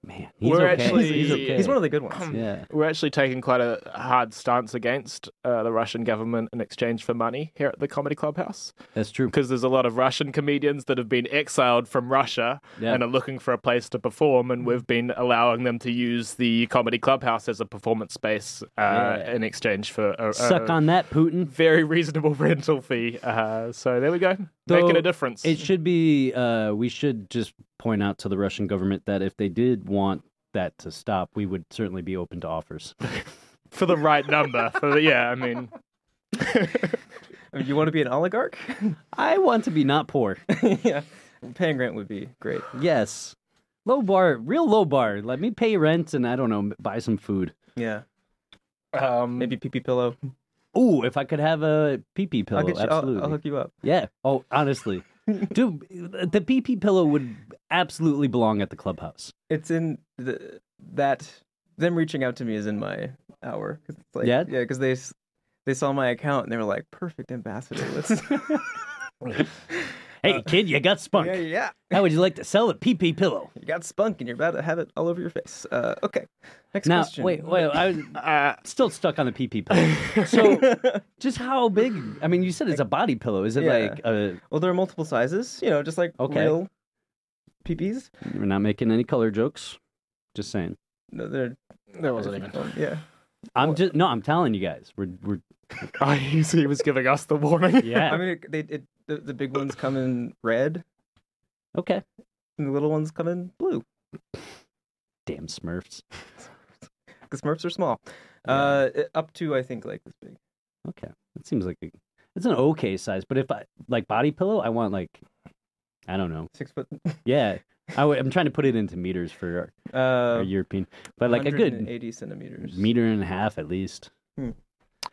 S1: Man, he's
S2: We're
S1: okay.
S2: actually-
S1: he's okay.
S3: he's one of the good ones.
S1: yeah.
S2: We're actually taking quite a hard stance against uh, the Russian government in exchange for money here at the Comedy Clubhouse
S1: That's true.
S2: because there's a lot of Russian comedians that have been exiled from Russia
S1: Yeah.
S2: and are looking for a place to perform, and we've been allowing them to use the Comedy Clubhouse as a performance space uh,
S1: Yeah.
S2: in exchange for a, a
S1: Suck on that, Putin.
S2: very reasonable rental fee. Uh, so there we go, making
S1: Though
S2: a difference.
S1: It should be. Uh, we should just point out to the Russian government that if they did want that to stop, we would certainly be open to offers.
S2: for the right number. For the, yeah, I mean,
S3: I mean, you want to be an oligarch?
S1: I want to be not poor.
S3: yeah. Paying rent would be great.
S1: yes, low bar, real low bar. Let me pay rent and I don't know, buy some food.
S3: Yeah.
S2: um,
S3: Maybe pee pee pillow.
S1: Ooh, if I could have a pee pillow,
S3: I'll, get you, I'll-
S1: absolutely.
S3: I'll, hook you up.
S1: Yeah. Oh, honestly, dude, the PP pillow would absolutely belong at the clubhouse.
S3: It's in the that them reaching out to me is in my hour. 'Cause it's like,
S1: Yeah?
S3: yeah, because they s- they saw my account and they were like, perfect ambassador. Let's
S1: Hey, kid, you got spunk.
S3: Uh, yeah, yeah.
S1: How would you like to sell a PP pillow?
S3: You got spunk and you're about to have it all over your face. Uh, okay. Next
S1: Now,
S3: question.
S1: wait, wait. I was
S2: uh,
S1: still stuck on the PP pillow. So, just how big? I mean, you said it's a body pillow. Is it
S3: Yeah.
S1: like uh
S3: Well, there are multiple sizes. You know, just like
S1: Okay.
S3: real peepees.
S1: We're not making any color jokes. Just saying.
S3: No, they're Oh,
S2: there wasn't even.
S3: yeah.
S1: I'm just no. I'm telling you guys. We're we're
S2: Oh, he, he was giving us the warning.
S1: yeah.
S3: I mean, it, they it, the, the big ones come in red
S1: okay.
S3: and the little ones come in blue
S1: Damn Smurfs.
S3: because Smurfs are small. Uh, up to I think like this big.
S1: Okay, that seems like a, it's an okay size. But if I like body pillow, I want like I don't know.
S3: six foot.
S1: Yeah, I w- I'm trying to put it into meters for our, our
S3: Uh,
S1: European, but like a good
S3: eighty centimeters.
S1: meter and a half at least.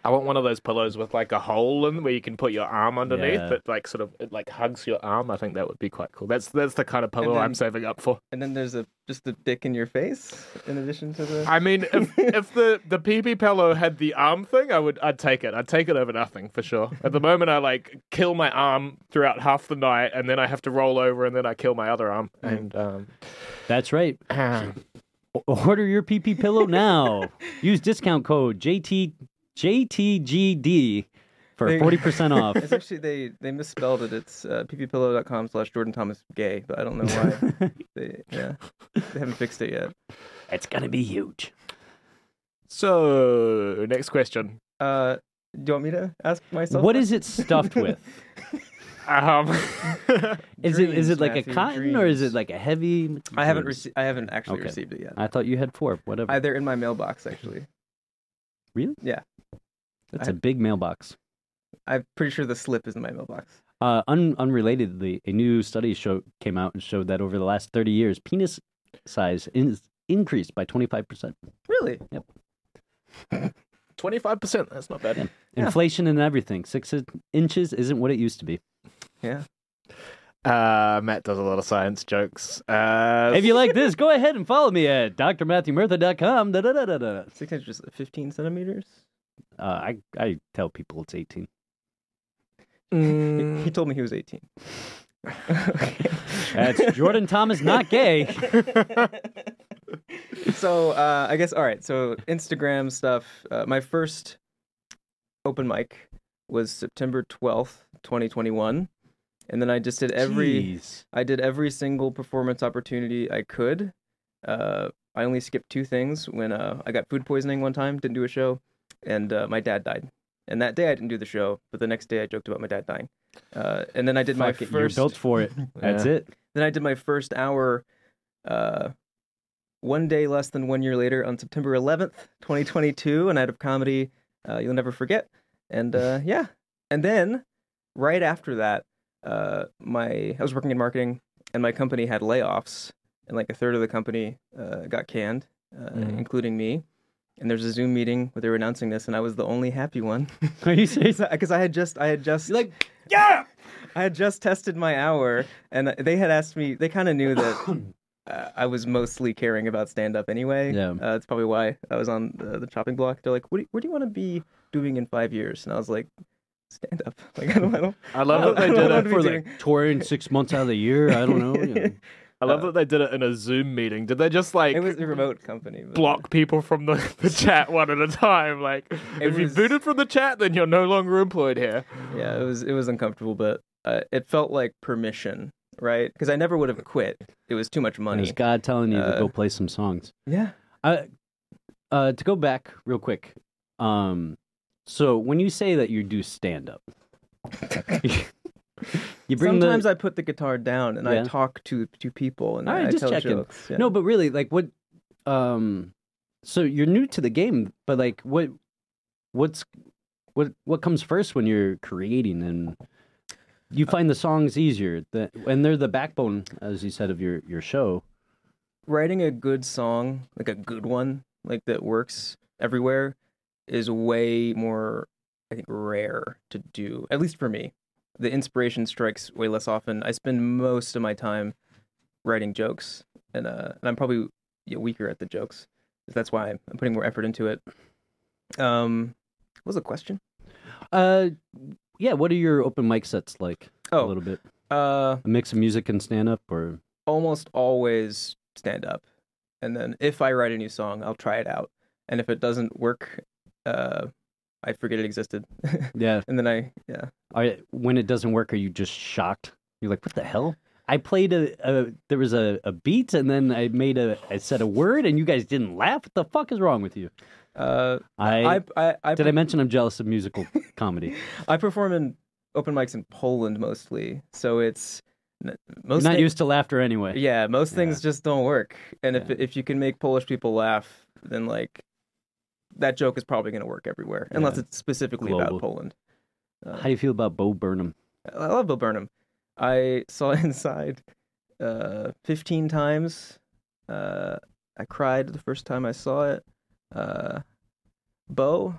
S2: I want one of those pillows with like a hole in where you can put your arm underneath
S1: Yeah.
S2: that like sort of it like hugs your arm. I think that would be quite cool. That's that's the kind of pillow I'm
S3: then-
S2: saving up for.
S3: And then there's a just the dick in your face in addition to the.
S2: I mean, if if the the PP pillow had the arm thing, I would I'd take it. I'd take it over nothing for sure. At the moment, I like kill my arm throughout half the night, and then I have to roll over, and then I kill my other arm. And um,
S1: That's right. O- Order your PP pillow now. Use discount code JT JTGD for
S3: There you go.
S1: 40% off.
S3: It's actually they they misspelled it. It's uh, pppillow.com slash Jordan Thomas gay, but I don't know why they yeah they haven't fixed it yet.
S1: it's going to be huge.
S2: so next question.
S3: Uh, do you want me to ask myself?
S1: What is it stuffed with?
S2: Um,
S1: Is it is
S3: Dreams,
S1: it like
S3: Matthew,
S1: a cotton or is it
S3: dreams.
S1: like a heavy?
S3: I haven't
S1: Dreams.
S3: received. I haven't actually
S1: Okay.
S3: received it yet.
S1: I thought you had four. Whatever.
S3: I, they're in my mailbox actually.
S1: That's
S3: I-
S1: a big mailbox.
S3: I'm pretty sure the slip is in my mailbox.
S1: Uh, un- unrelatedly, a new study show came out and showed that over the last 30 years, penis size is increased by 25%.
S3: Really?
S2: twenty five percent. That's not bad.
S3: Yeah.
S1: Inflation and everything. Six in- inches isn't what it used to be.
S2: Uh, Matt does a lot of science jokes. Uh,
S1: If you like this, go ahead and follow me at drmatthewmurtha.com. Da, da, da, da, da.
S3: Six inches, fifteen centimeters.
S1: Uh, I, I tell people it's 18.
S2: mm.
S3: He, he told me he was 18. Okay.
S1: That's Jordan Thomas, not gay.
S3: so uh, I guess all right. So Instagram stuff. Uh, my first open mic was September twelfth, twenty twenty one, and then I just did every.
S1: Jeez.
S3: I did every single performance opportunity I could. Uh, I only skipped two things when uh, I got food poisoning one time, didn't do a show, and uh, my dad died. And that day I didn't do the show, but the next day I joked about my dad dying. Uh, and then I did my
S1: Fuck it, You're
S3: 1st
S1: built for it. That's it.
S3: then I did my first hour uh, one day less than one year later on September 11th, 2022, a night of comedy uh, you'll never forget. And uh, yeah. And then right after that, uh, my I was working in marketing and my company had layoffs, and like a third of the company uh, got canned, uh,
S2: Mm.
S3: including me. And there's a Zoom meeting where they were announcing this, and I was the only happy one
S1: Are you serious?
S3: because I had just I had just
S1: You're like,
S2: yeah.
S3: I had just tested my hour, and they had asked me. They kind of knew that uh, I was mostly caring about stand up anyway.
S1: Yeah.
S3: uh, that's probably why I was on the, the chopping block. They're like, what do you, "Where do you want to be doing in five years?" And I was like, "Stand up." Like I don't, I don't.
S2: I love that they
S3: I
S2: did
S3: don't
S2: it
S3: know
S1: for
S3: be
S1: like touring six months out of the year. I don't know. you know.
S2: I love that they did it in a Zoom meeting. Did they just like
S3: It was a remote company. but-
S2: block people from the, the chat one at a time? Like, if you
S3: was-
S2: booted from the chat, then you're no longer employed here.
S3: Yeah, it was it was uncomfortable, but uh, it felt like permission, right? Because I never would have quit. It was too much
S1: It was
S3: money.
S1: God telling you to
S3: Uh,
S1: go play some songs.
S3: Yeah.
S1: I, uh, to go back real quick. Um, so when you say that you do stand up, you bring
S3: Sometimes
S1: the
S3: I put the guitar down and
S1: Yeah.
S3: I talk to to people and
S1: All right,
S3: I,
S1: just
S3: tell
S1: checking.
S3: jokes. Yeah.
S1: no, but really, like what? Um, so you're new to the game, but like what? What's what? What comes first when you're creating and you find the songs easier, that, and they're the backbone, as you said, of your your show.
S3: writing a good song, like a good one, like that works everywhere, is way more, I think, rare to do. At least for me, the inspiration strikes way less often. I spend most of my time writing jokes, and uh, and I'm probably yeah, weaker at the jokes. That's why I'm putting more effort into it. Um, what was the question?
S1: Uh, yeah. What are your open mic sets like? a
S3: Oh,
S1: little bit.
S3: uh,
S1: A mix of music and stand up, or
S3: almost always stand up. And then if I write a new song, I'll try it out. And if it doesn't work, uh, I forget it existed.
S1: yeah,
S3: and then I, yeah.
S1: are, when it doesn't work, are you just shocked? You're like, what the hell? I played a, a there was a, a beat, and then I made a I said a word, and you guys didn't laugh. What the fuck is wrong with you?
S3: Uh,
S1: I,
S3: I, I, I,
S1: did I mention I'm jealous of musical comedy?
S3: I perform in open mics in Poland mostly. So it's n-
S1: You're
S3: most
S1: not
S3: thi-
S1: used to laughter anyway.
S3: Yeah, most things just don't work. And if
S1: Yeah.
S3: if you can make Polish people laugh, then like that joke is probably going to work everywhere, unless
S1: Yeah.
S3: it's specifically
S1: Global.
S3: about Poland.
S1: How do you feel about Bo Burnham?
S3: I love Bill Burnham. I saw Inside uh, 15 times. Uh, I cried the first time I saw it. Uh, Bo,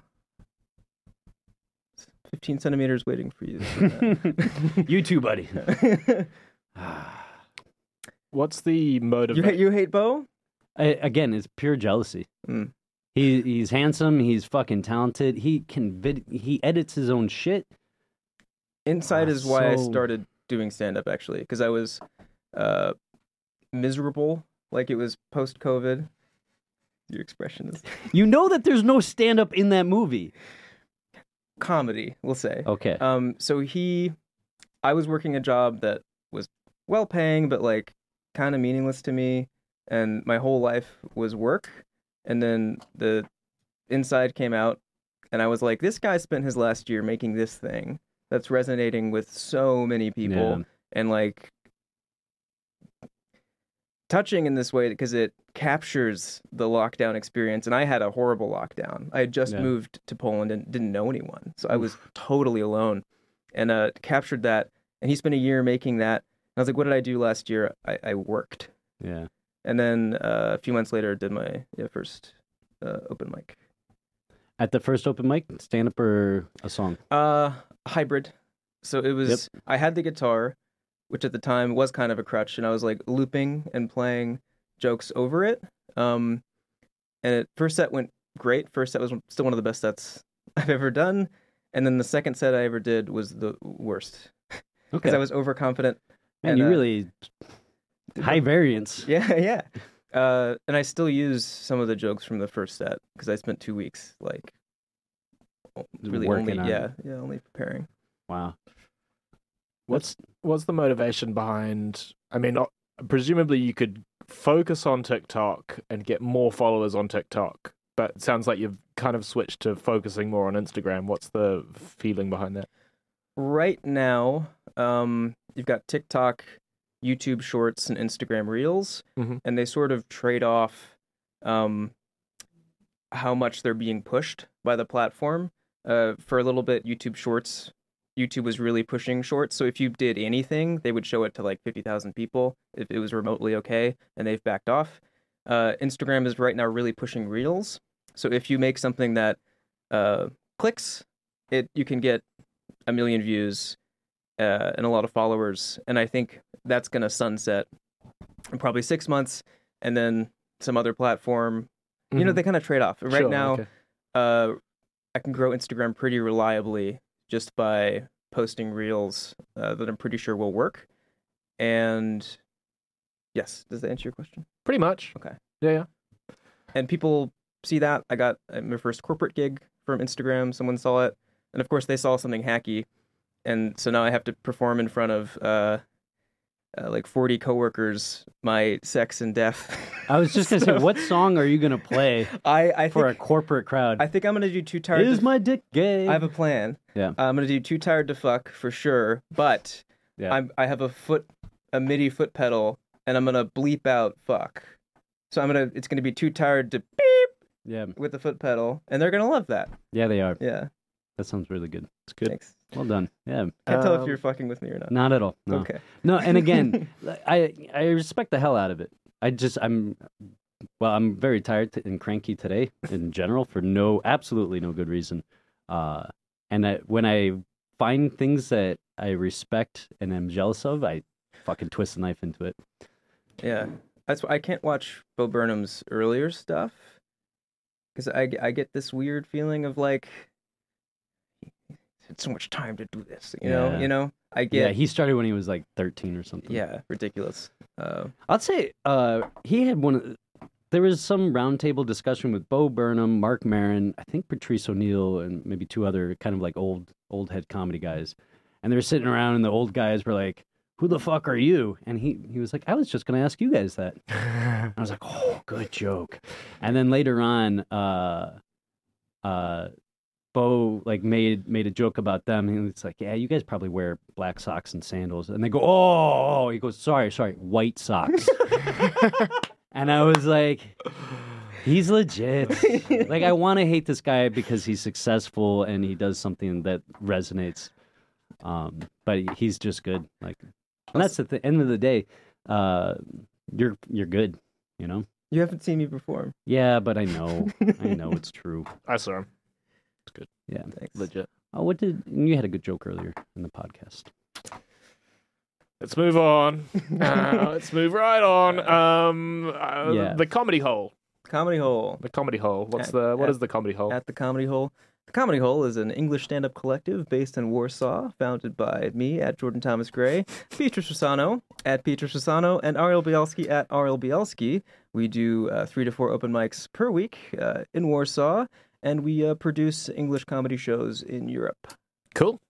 S3: 15 centimeters waiting for you.
S1: you too, buddy.
S2: What's the motive?
S3: you hate you hate Bo?
S1: I- again, it's pure jealousy.
S3: Mm.
S1: He he's handsome. He's fucking talented. He can vid- he edits his own shit.
S3: Inside
S1: Ah,
S3: is why I
S1: so-
S3: started doing stand up actually because I was uh, miserable. Like it was post COVID. Your expression is
S1: You know that there's no stand up in that movie.
S3: comedy. We'll say.
S1: Okay.
S3: Um, so he, I was working a job that was well paying, but like kind of meaningless to me. And my whole life was work. And then the inside came out, and I was like, this guy spent his last year making this thing that's resonating with so many people
S1: Yeah.
S3: and like touching in this way because it captures the lockdown experience and i had a horrible lockdown i had just
S1: Yeah.
S3: moved to poland and didn't know anyone so i was totally alone and uh captured that and he spent a year making that and i was like what did i do last year i, I worked
S1: Yeah.
S3: and then uh, a few months later did my yeah, first uh, open mic
S1: At the first open mic, stand up or a song.
S3: Uh, hybrid. So it was. I had the guitar, which at the time was kind of a crutch, and I was like looping and playing jokes over it. Um, and it, first set went great. First set was still one of the best sets I've ever done, and then the second set I ever did was the worst
S1: Okay.
S3: because I was overconfident.
S1: Man,
S3: and,
S1: you
S3: uh,
S1: really high variance.
S3: Yeah, yeah. Uh, and I still use some of the jokes from the first set because I spent two weeks like o- really
S1: Working
S3: only
S1: on
S3: yeah
S1: it.
S3: yeah only preparing.
S1: Wow.
S2: What's what's the motivation behind? I mean, o- presumably you could focus on TikTok and get more followers on TikTok, but it sounds like you've kind of switched to focusing more on Instagram. What's the feeling behind that?
S3: right now, um, you've got TikTok, YouTube Shorts, and Instagram Reels,
S2: Mhm.
S3: and they sort of trade off um, how much they're being pushed by the platform. Uh, for a little bit, YouTube Shorts, YouTube was really pushing Shorts, so if you did anything, they would show it to like fifty thousand people if it was remotely okay, and they've backed off. Uh, Instagram is right now really pushing Reels, so if you make something that uh, clicks, it you can get a million views uh, and a lot of followers. And I think that's going to sunset in probably six months and then some other platform. You know, they kind of trade off. Right
S2: Mm-hmm. Sure,
S3: now,
S2: okay.
S3: uh, I can grow Instagram pretty reliably just by posting reels uh, that I'm pretty sure will work. And yes, does that answer your question?
S2: pretty much.
S3: Okay.
S2: Yeah, yeah.
S3: And people see that. I got uh, my first corporate gig from Instagram. Someone saw it. And of course, they saw something hacky. And so now I have to perform in front of uh, uh, like 40 coworkers my sex and death.
S1: I was just gonna say,
S3: So-
S1: what song are you gonna play
S3: I, I,
S1: for a
S3: think,
S1: corporate crowd?
S3: I think I'm going to do Too Tired
S1: Is
S3: to
S1: my dick gay?
S3: I have a plan. Uh,
S1: Yeah.
S3: I'm gonna do too tired to fuck for sure, but
S1: Yeah.
S3: I'm I have a foot a MIDI foot pedal and I'm gonna bleep out fuck. So I'm gonna it's gonna be too tired to beep
S1: yeah,
S3: with the foot pedal, and they're gonna love that.
S1: yeah, they are.
S3: Yeah.
S1: That sounds really good.
S2: It's good.
S3: Thanks.
S1: Well done. Yeah,
S3: Can't tell if
S2: Um,
S3: you're fucking with me or not.
S1: not at all. No.
S3: Okay.
S1: No, and again, I I respect the hell out of it. I just I'm well, I'm very tired t- and cranky today in general for no absolutely no good reason. Uh, and I, when I find things that I respect and am jealous of, I fucking twist the knife into it.
S3: Yeah. That's why I can't watch Bo Burnham's earlier stuff because I, I get this weird feeling of like it's so much time to do this, you know.
S1: Yeah.
S3: You know, I
S1: Yeah.
S3: get
S1: he started when he was like 13 or something.
S3: yeah, ridiculous. Uh,
S1: I'd say uh, he had one. Of, there was some roundtable discussion with Bo Burnham, Mark Marin, I think Patrice O'Neill, and maybe two other kind of like old old head comedy guys. And they were sitting around, and the old guys were like, "Who the fuck are you?" And he he was like, "I was just going to ask you guys that." I was like, "Oh, good joke." And then later on, uh, uh, Bo like made made a joke about them, and it's like, "Yeah, you guys probably wear black socks and sandals." And they go, "Oh," oh." he goes, "Sorry, sorry, white socks." and I was like, "He's legit." like, I want to hate this guy because he's successful and he does something that resonates. Um, but he's just good. Like, and that's at the end of the day, uh, you're you're good. You know.
S3: you haven't seen me perform.
S1: Yeah, but I know, I know it's true.
S2: I saw him.
S3: Thanks.
S2: Legit.
S1: Oh, what did you had a good joke earlier in the podcast?
S2: Let's move on. Uh, let's move right on. Um, uh,
S1: Yeah.
S2: the comedy hole.
S3: Comedy Hole.
S2: The comedy hole. What's
S3: At-
S2: the what
S3: at-
S2: is the comedy hole?
S3: At the Comedy Hole. The Comedy Hole is an English stand-up collective based in Warsaw, founded by me at Jordan Thomas Gray, Peter Strisano at Peter Strisano, and Ariel Bielski at Ariel Bielski. We do uh, three to four open mics per week uh, in Warsaw, and we uh, produce English comedy shows in Europe.
S2: Cool.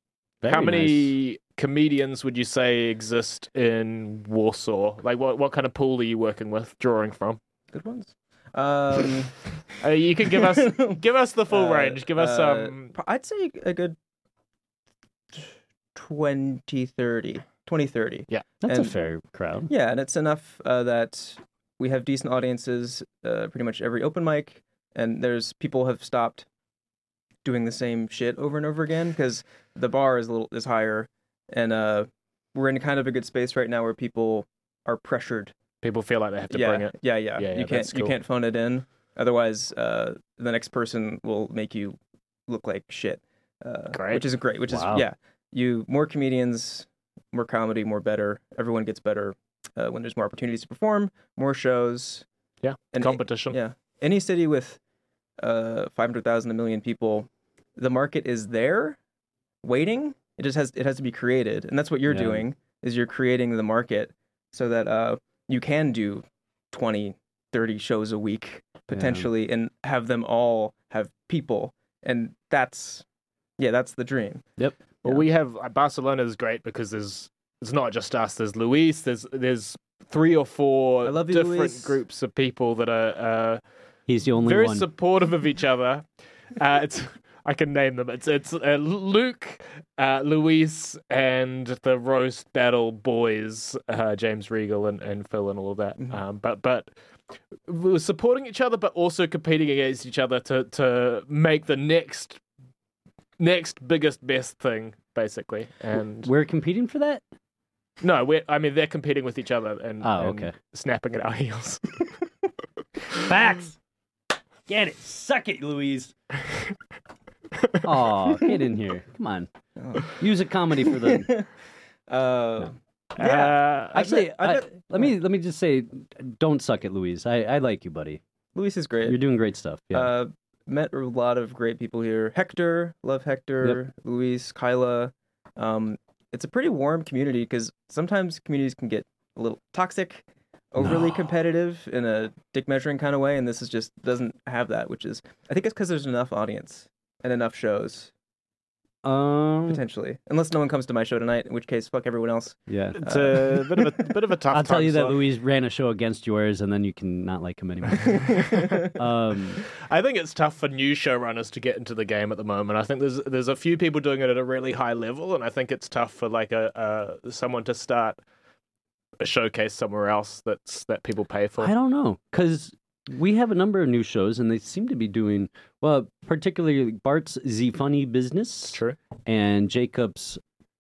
S2: How
S1: Very nice.
S2: many comedians would you say exist in Warsaw? Like, what what kind of pool are you working with, drawing from?
S3: Good ones. Um,
S2: Uh, you can give us give us the full
S3: Uh,
S2: range. Give us
S3: uh,
S2: um.
S3: pro- I'd say a good 20, 30. 20, 30.
S1: That's a
S3: and-
S1: fair crowd.
S3: Yeah, and it's enough uh, that we have decent audiences uh, pretty much every open mic, and there's people have stopped doing the same shit over and over again because the bar is a little is higher, and uh, we're in kind of a good space right now where people are pressured.
S2: People feel like they have to
S3: yeah,
S2: bring it.
S3: yeah, yeah,
S2: Yeah, yeah,
S3: You can't
S2: that's
S3: you
S2: cool.
S3: can't phone it in, otherwise uh, the next person will make you look like shit. Uh,
S2: Great.
S3: Which is great. Which
S1: Wow.
S3: is yeah. You more comedians, more comedy, more better. Everyone gets better uh, when there's more opportunities to perform, more shows.
S2: Yeah,
S3: and
S2: competition.
S3: yeah, any city with uh, five hundred thousand, a million people, the market is there, waiting. It just has it has to be created, and that's what you're
S1: Yeah.
S3: doing is you're creating the market so that uh, you can do 20, 30 shows a week potentially, and have them all have people, and that's yeah, that's the dream.
S2: Well,
S3: Yeah.
S2: we have uh, Barcelona is great because there's it's not just us. There's Luis. There's there's three or four
S3: I love you,
S2: different
S3: Luis.
S2: groups of people that are
S1: He's the
S2: uh,
S1: only
S2: very
S1: one.
S2: supportive of each other. Uh, it's I can name them. It's it's uh, Luke, uh, Luis, and the roast battle boys, uh, James Regal and, and Phil and all of that.
S3: Mhm.
S2: Um, but but we were supporting each other, but also competing against each other to to make the next next biggest best thing, basically. And
S1: We're competing for that.
S2: no, we're, I mean they're competing with each other and,
S1: Oh,
S2: and
S1: okay.
S2: snapping at our heels.
S1: Facts. Get it. Suck it, Louise. oh, get in here. Come on.
S3: Oh.
S1: Use a comedy for the
S3: Uh,
S2: Yeah. Uh,
S1: Actually,
S3: bet- I
S1: I-
S3: bet-
S1: let me let me just say, don't suck it, Louise. I, I like you, buddy.
S3: Luis is great.
S1: You're doing great stuff. Yeah.
S3: Uh, met a lot of great people here. Hector, love Hector, Luis, Kyla. Um, it's a pretty warm community because sometimes communities can get a little toxic, overly
S1: No.
S3: competitive in a dick measuring kind of way, and this is just doesn't have that, which is I think it's because there's enough audience and enough shows
S2: Uh,
S1: um.
S3: potentially. Unless no one comes to my show tonight, in which case fuck everyone else.
S1: Yeah.
S2: it's a bit of a bit of a tough.
S1: I'll tell
S2: time
S1: you that
S2: slot.
S1: Louise ran a show against yours, and then you can not like him anymore. um.
S2: I think it's tough for new showrunners to get into the game at the moment. I think there's there's a few people doing it at a really high level, and I think it's tough for like a, a someone to start a showcase somewhere else that's that people pay for.
S1: I don't know because we have a number of new shows, and they seem to be doing well. Particularly Bart's Z Funny Business
S2: True.
S1: and Jacob's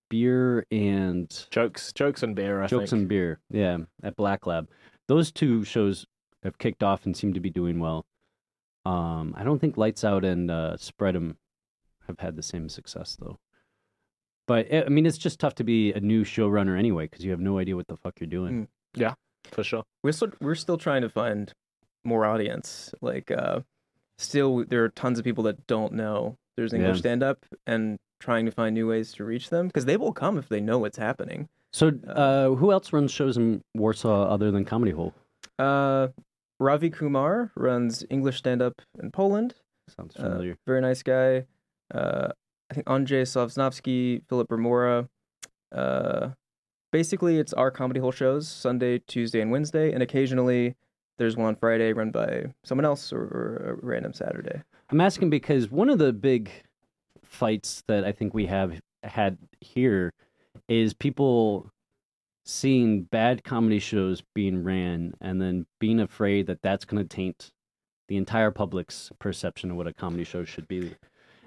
S1: Beer and
S2: Jokes, jokes and beer. I
S1: Jokes
S2: think.
S1: and Beer. Yeah, at Black Lab, those two shows have kicked off and seem to be doing well. Um, I don't think Lights Out and uh, Spread 'Em have had the same success though. But eh, I I mean, it's just tough to be a new showrunner anyway because you have no idea what the fuck you're doing.
S3: Mm.
S2: for sure.
S3: we're still we're still trying to find more audience. Like, uh, still there are tons of people that don't know there's English
S1: Yeah.
S3: stand up, and trying to find new ways to reach them because they will come if they know what's happening.
S1: So, uh, who else runs shows in Warsaw other than Comedy Hole?
S3: Uh, Ravi Kumar runs English stand up in Poland.
S1: Sounds
S3: Uh,
S1: familiar.
S3: very nice guy. Uh, I think Andrzej Slavsnovsky, Philip Remora. Uh, basically, it's our comedy hole shows Sunday, Tuesday, and Wednesday, and occasionally there's one on Friday run by someone else or, or a random Saturday.
S1: I'm asking because one of the big fights that I think we have had here is people seeing bad comedy shows being ran and then being afraid that that's going to taint the entire public's perception of what a comedy show should be.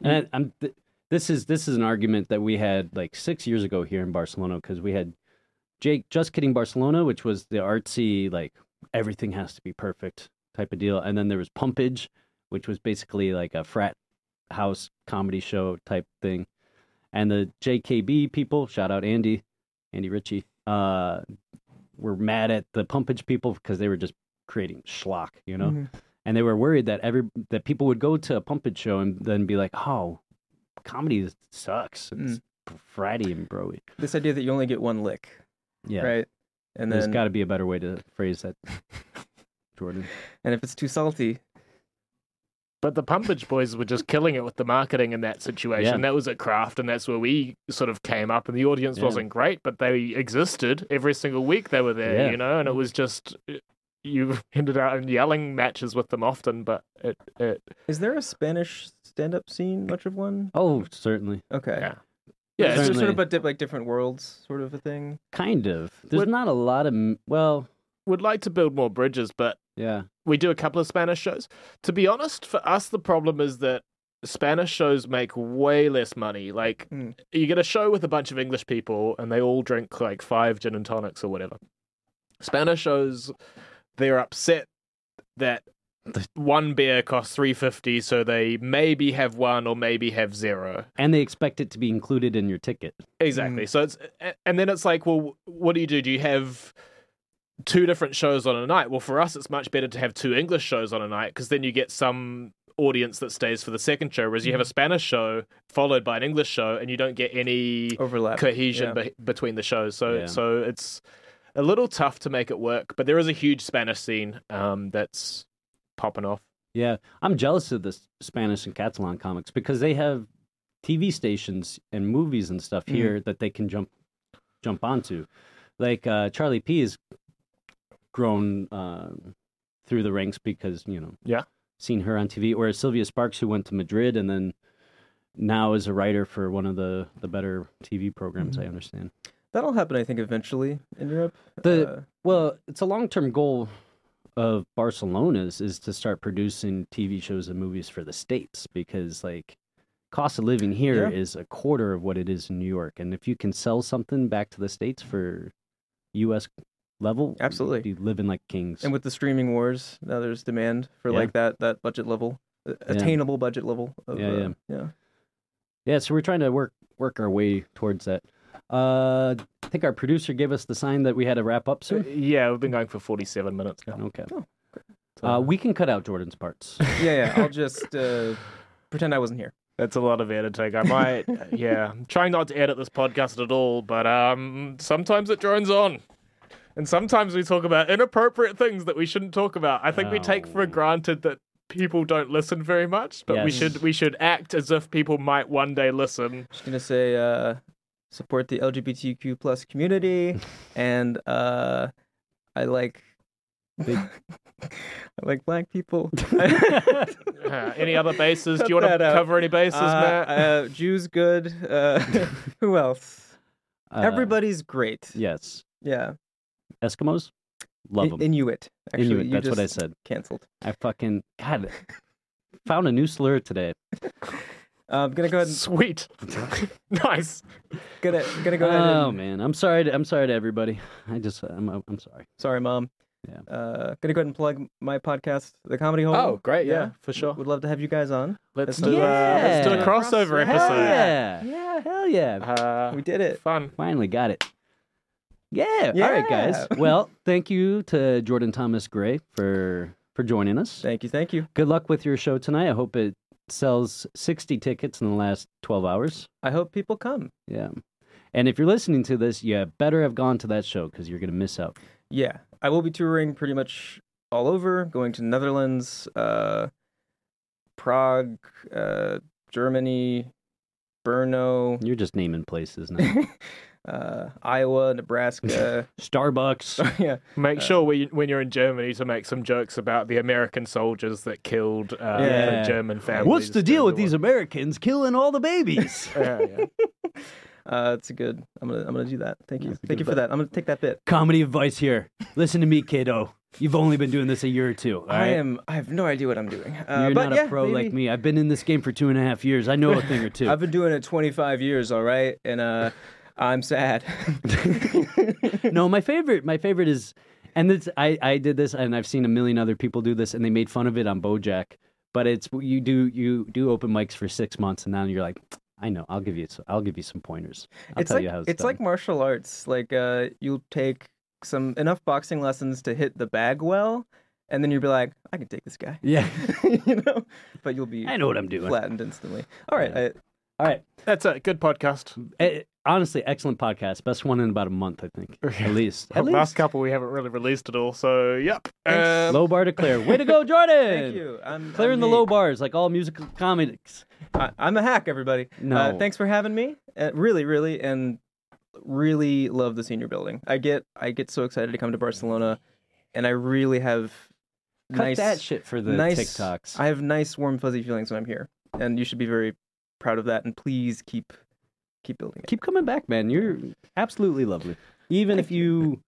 S1: And I, I'm th- this is this is an argument that we had like 6 years ago here in Barcelona because we had Jake just kidding Barcelona which was the artsy like everything has to be perfect type of deal and then there was Pumpage which was basically like a frat house comedy show type thing. And the JKB people, shout out Andy, Andy Ritchie, uh, were mad at the pumpage people because they were just creating schlock, you know?
S3: Mhm.
S1: and they were worried that every that people would go to a pumped show and then be like, "Oh, comedy is- sucks. It's
S3: Mm.
S1: Friday and broy."
S3: This idea that you only get one lick,
S1: Yeah,
S3: right? And
S1: there's
S3: then,
S1: got to be a better way to phrase that, Jordan.
S3: and if it's too salty,
S2: But the Pumpage Boys were just killing it with the marketing in that situation.
S1: Yeah.
S2: That was at Craft, and that's where we sort of came up. And the audience
S1: Yeah.
S2: wasn't great, but they existed every single week. They were there,
S1: Yeah.
S2: you know, and it was just you ended out in yelling matches with them often. But it, it
S3: is there a Spanish stand-up scene? Much of one?
S1: Oh, certainly,
S3: Okay.
S2: Yeah. yeah,
S3: Is
S2: it's just,
S3: there sort of
S1: Certainly.
S3: a di- like different worlds, sort of a thing?
S1: kind of. There's
S2: What-
S1: not a lot of m- well,
S2: would like to build more bridges, but
S1: yeah,
S2: we do a couple of Spanish shows. To be honest, for us, the problem is that Spanish shows make way less money. Like,
S3: Mm.
S2: you get a show with a bunch of English people, and they all drink like five gin and tonics or whatever. Spanish shows, they're upset that one beer costs three fifty, so they maybe have one or maybe have zero.
S1: and they expect it to be included in your ticket.
S2: Exactly. So it's a- and then it's like, well, what do you do? Do you have two different shows on a night? Well, for us, it's much better to have two English shows on a night because then you get some audience that stays for the second show, whereas you have a Spanish show followed by an English show, and you don't get any
S3: Overlap.
S2: cohesion
S3: Oh, yeah.
S2: be- between the shows. So
S1: Yeah.
S2: so it's a little tough to make it work. But there is a huge Spanish scene um, that's popping off.
S1: Yeah, I'm jealous of the S- Spanish and Catalan comics because they have TV stations and movies and stuff
S3: Mhm.
S1: here that they can jump jump onto. Like uh, Charlie P has grown uh, through the ranks because you know
S2: Yeah.
S1: seen her on TV, or Sylvia Sparks who went to Madrid and then now is a writer for one of the the better TV programs. I understand.
S3: That'll happen, I think, eventually in Europe.
S1: The-
S3: Uh,
S1: Well, it's a long term goal of Barcelona's is to start producing TV shows and movies for the states because like cost of living here is
S3: Yeah.
S1: a quarter of what it is in New York, and if you can sell something back to the states for U.S. level,
S3: Absolutely.
S1: you live in like kings.
S3: and with the streaming wars, now there's demand for
S1: Yeah.
S3: like that that budget level, uh, attainable budget level. Of,
S1: Yeah,
S3: uh,
S1: yeah.
S3: yeah.
S1: yeah, so we're trying to work work our way towards that. Uh, I think our producer gave us the sign that we had to wrap up soon.
S2: Uh, Yeah, we've been going for forty-seven minutes now.
S1: Okay.
S3: Oh,
S1: Uh, we can cut out Jordan's parts.
S3: yeah, yeah. I'll just uh, pretend I wasn't here.
S2: That's a lot of editing. I might, yeah. I'm trying not to edit this podcast at all, but um, sometimes it drones on. And sometimes we talk about inappropriate things that we shouldn't talk about. I think we take for
S1: Oh.
S2: granted that people don't listen very much, but we
S1: Yes.
S2: should we should act as if people might one day listen.
S3: Just gonna say uh, support the LGBTQ plus community, and uh, I like
S1: Big-
S3: I like black people.
S2: Uh, any other bases? Do
S3: Cut
S2: you want
S3: that
S2: to
S3: out.
S2: cover any bases,
S3: Uh,
S2: Matt?
S3: uh, Jews good. Uh, who else?
S1: Uh,
S3: Everybody's great.
S1: Yes.
S3: Yeah.
S1: Eskimos. Love
S3: In-
S1: them.
S3: Inuit. Actually,
S1: Inuit.
S3: you
S1: That's what I
S3: just
S1: said.
S3: Canceled.
S1: I fucking God found a new slur today.
S3: Uh, I'm gonna go ahead. And,
S2: Sweet, nice.
S3: gonna gonna go ahead.
S1: Oh
S3: and,
S1: man, I'm sorry. To, I'm sorry to everybody. I just I'm I'm sorry.
S3: Sorry, mom.
S1: Yeah.
S3: Uh, gonna go ahead and plug my podcast, The Comedy Hole.
S2: Oh, great,
S3: yeah, yeah,
S2: for
S3: Would love to have you guys on.
S2: Let's
S3: That's
S2: do a, let's do a
S1: Yeah.
S2: crossover
S3: Hell
S1: Hell
S2: episode.
S1: yeah! Yeah, hell yeah!
S2: Uh,
S3: We did it.
S2: fun.
S1: Finally got it. Yeah. All right, guys.
S3: Yeah.
S1: Well, thank you to Jordan Thomas Gray for for joining us.
S3: Thank you. Thank you.
S1: Good luck with your show tonight. I hope it sells 60 tickets in the last 12 hours.
S3: I hope people come.
S1: Yeah. And if you're listening to this, you better have gone to that show because you're going to miss out.
S3: Yeah, I will be touring pretty much all over, going to Netherlands, uh, Prague, uh, Germany, Brno,
S1: You're just naming places now.
S3: uh, Iowa, Nebraska.
S1: Starbucks.
S3: yeah,
S2: Make sure we, when you're in Germany to make some jokes about the American soldiers that killed uh,
S1: Yeah.
S2: the German families.
S1: What's the
S2: during
S1: deal with these
S2: war.
S1: Americans killing all the babies?
S2: Yeah, yeah.
S3: uh, it's a good. I'm gonna I'm gonna do that. Thank you.
S1: That's a
S3: Thank
S1: good
S3: you for
S1: bet.
S3: that. I'm gonna take that bit.
S1: Comedy advice here. Listen to me, kiddo. You've only been doing this a year or two. All right?
S3: I am. I have no idea what I'm doing. Uh,
S1: You're
S3: but
S1: not
S3: yeah,
S1: a pro like
S3: maybe.
S1: me. I've been in this game for two and a half years. I know a thing or two.
S3: I've been doing it 25 years, all right, and uh, I'm sad.
S1: no, my favorite, my favorite is, and it's I I did this, and I've seen a million other people do this, and they made fun of it on BoJack. But it's you do you do open mics for six months, and now you're like, I know. I'll give you. s- I'll give you some pointers. I'll
S3: it's
S1: tell
S3: like
S1: you how it's,
S3: it's
S1: done.
S3: like martial arts. Like uh, you'll take some enough boxing lessons to hit the bag well, and then you'll be like, I can take this guy,
S1: Yeah,
S3: you know. But you'll be
S1: I know what I'm doing.
S3: flattened instantly. All right,
S1: Yeah.
S3: I,
S1: All right.
S2: That's a good podcast.
S1: Eh, honestly, excellent podcast. Best one in about a month, I think, at least. At
S2: Last
S1: least.
S2: couple we haven't really released at all, so yep.
S3: Thanks.
S2: Um,
S1: Low bar to Claire. Way to go, Jordan!
S3: thank you. I'm
S1: Clearing
S3: I'm
S1: the low bars like all musical comedies.
S3: I, I'm a hack, everybody.
S1: No.
S3: Uh, thanks for having me. Uh, really, really, and really love the senior building. I get I get so excited to come to Barcelona, and I really have
S1: Cut
S3: nice
S1: that shit for the
S3: nice-
S1: TikToks.
S3: I have nice warm fuzzy feelings when I'm here, and you should be very proud of that. And please keep keep building it.
S1: Keep coming back, man. You're absolutely lovely. Even if you,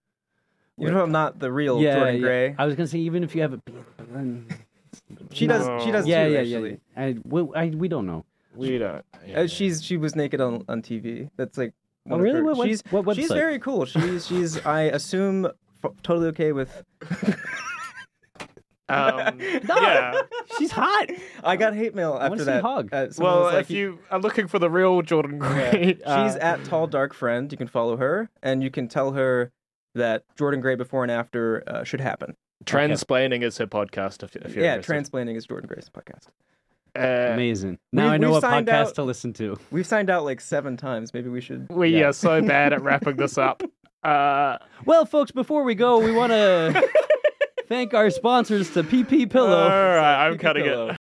S3: Even if I'm not the real
S1: yeah,
S3: Jordan
S1: yeah.
S3: Gray,
S1: I was gonna say even if you haven't been, but then-
S3: she does she
S2: No.
S3: does
S1: yeah,
S3: too.
S1: yeah, yeah,
S3: actually,
S1: yeah. I, we, I, we don't know.
S2: we don't.
S3: Uh, she's she was naked on on TV. That's like
S1: Oh,
S3: one of
S1: really?
S3: her-
S1: What, web-
S3: she's
S1: what website?
S3: she's very cool. She's she's I assume f- totally okay with.
S2: Um,
S1: No.
S2: Yeah.
S1: She's hot.
S3: I got hate mail
S1: wanna
S3: after
S1: see
S3: that.
S1: Hog.
S3: Uh, someone
S2: Well,
S3: was like,
S2: if you are looking for the real Jordan Gray, uh,
S3: she's at Tall Dark Friend. You can follow her, and you can tell her that Jordan Gray before and after uh, should happen.
S2: Transplaining is her podcast. If, if you're
S3: yeah,
S2: interested.
S3: transplanting is Jordan Gray's podcast.
S2: Uh,
S1: Amazing. Now
S3: We've-
S1: I know
S3: we've
S1: what
S3: signed
S1: podcast
S3: out-
S1: to listen to.
S3: We've signed out like seven times. Maybe we should.
S2: we
S1: Yeah.
S2: are so bad at wrapping this up. Uh,
S1: Well, folks, before we go, we want to thank our sponsors to PP Pillow.
S2: All right, I'm
S3: Keep it
S2: cutting it.
S3: low.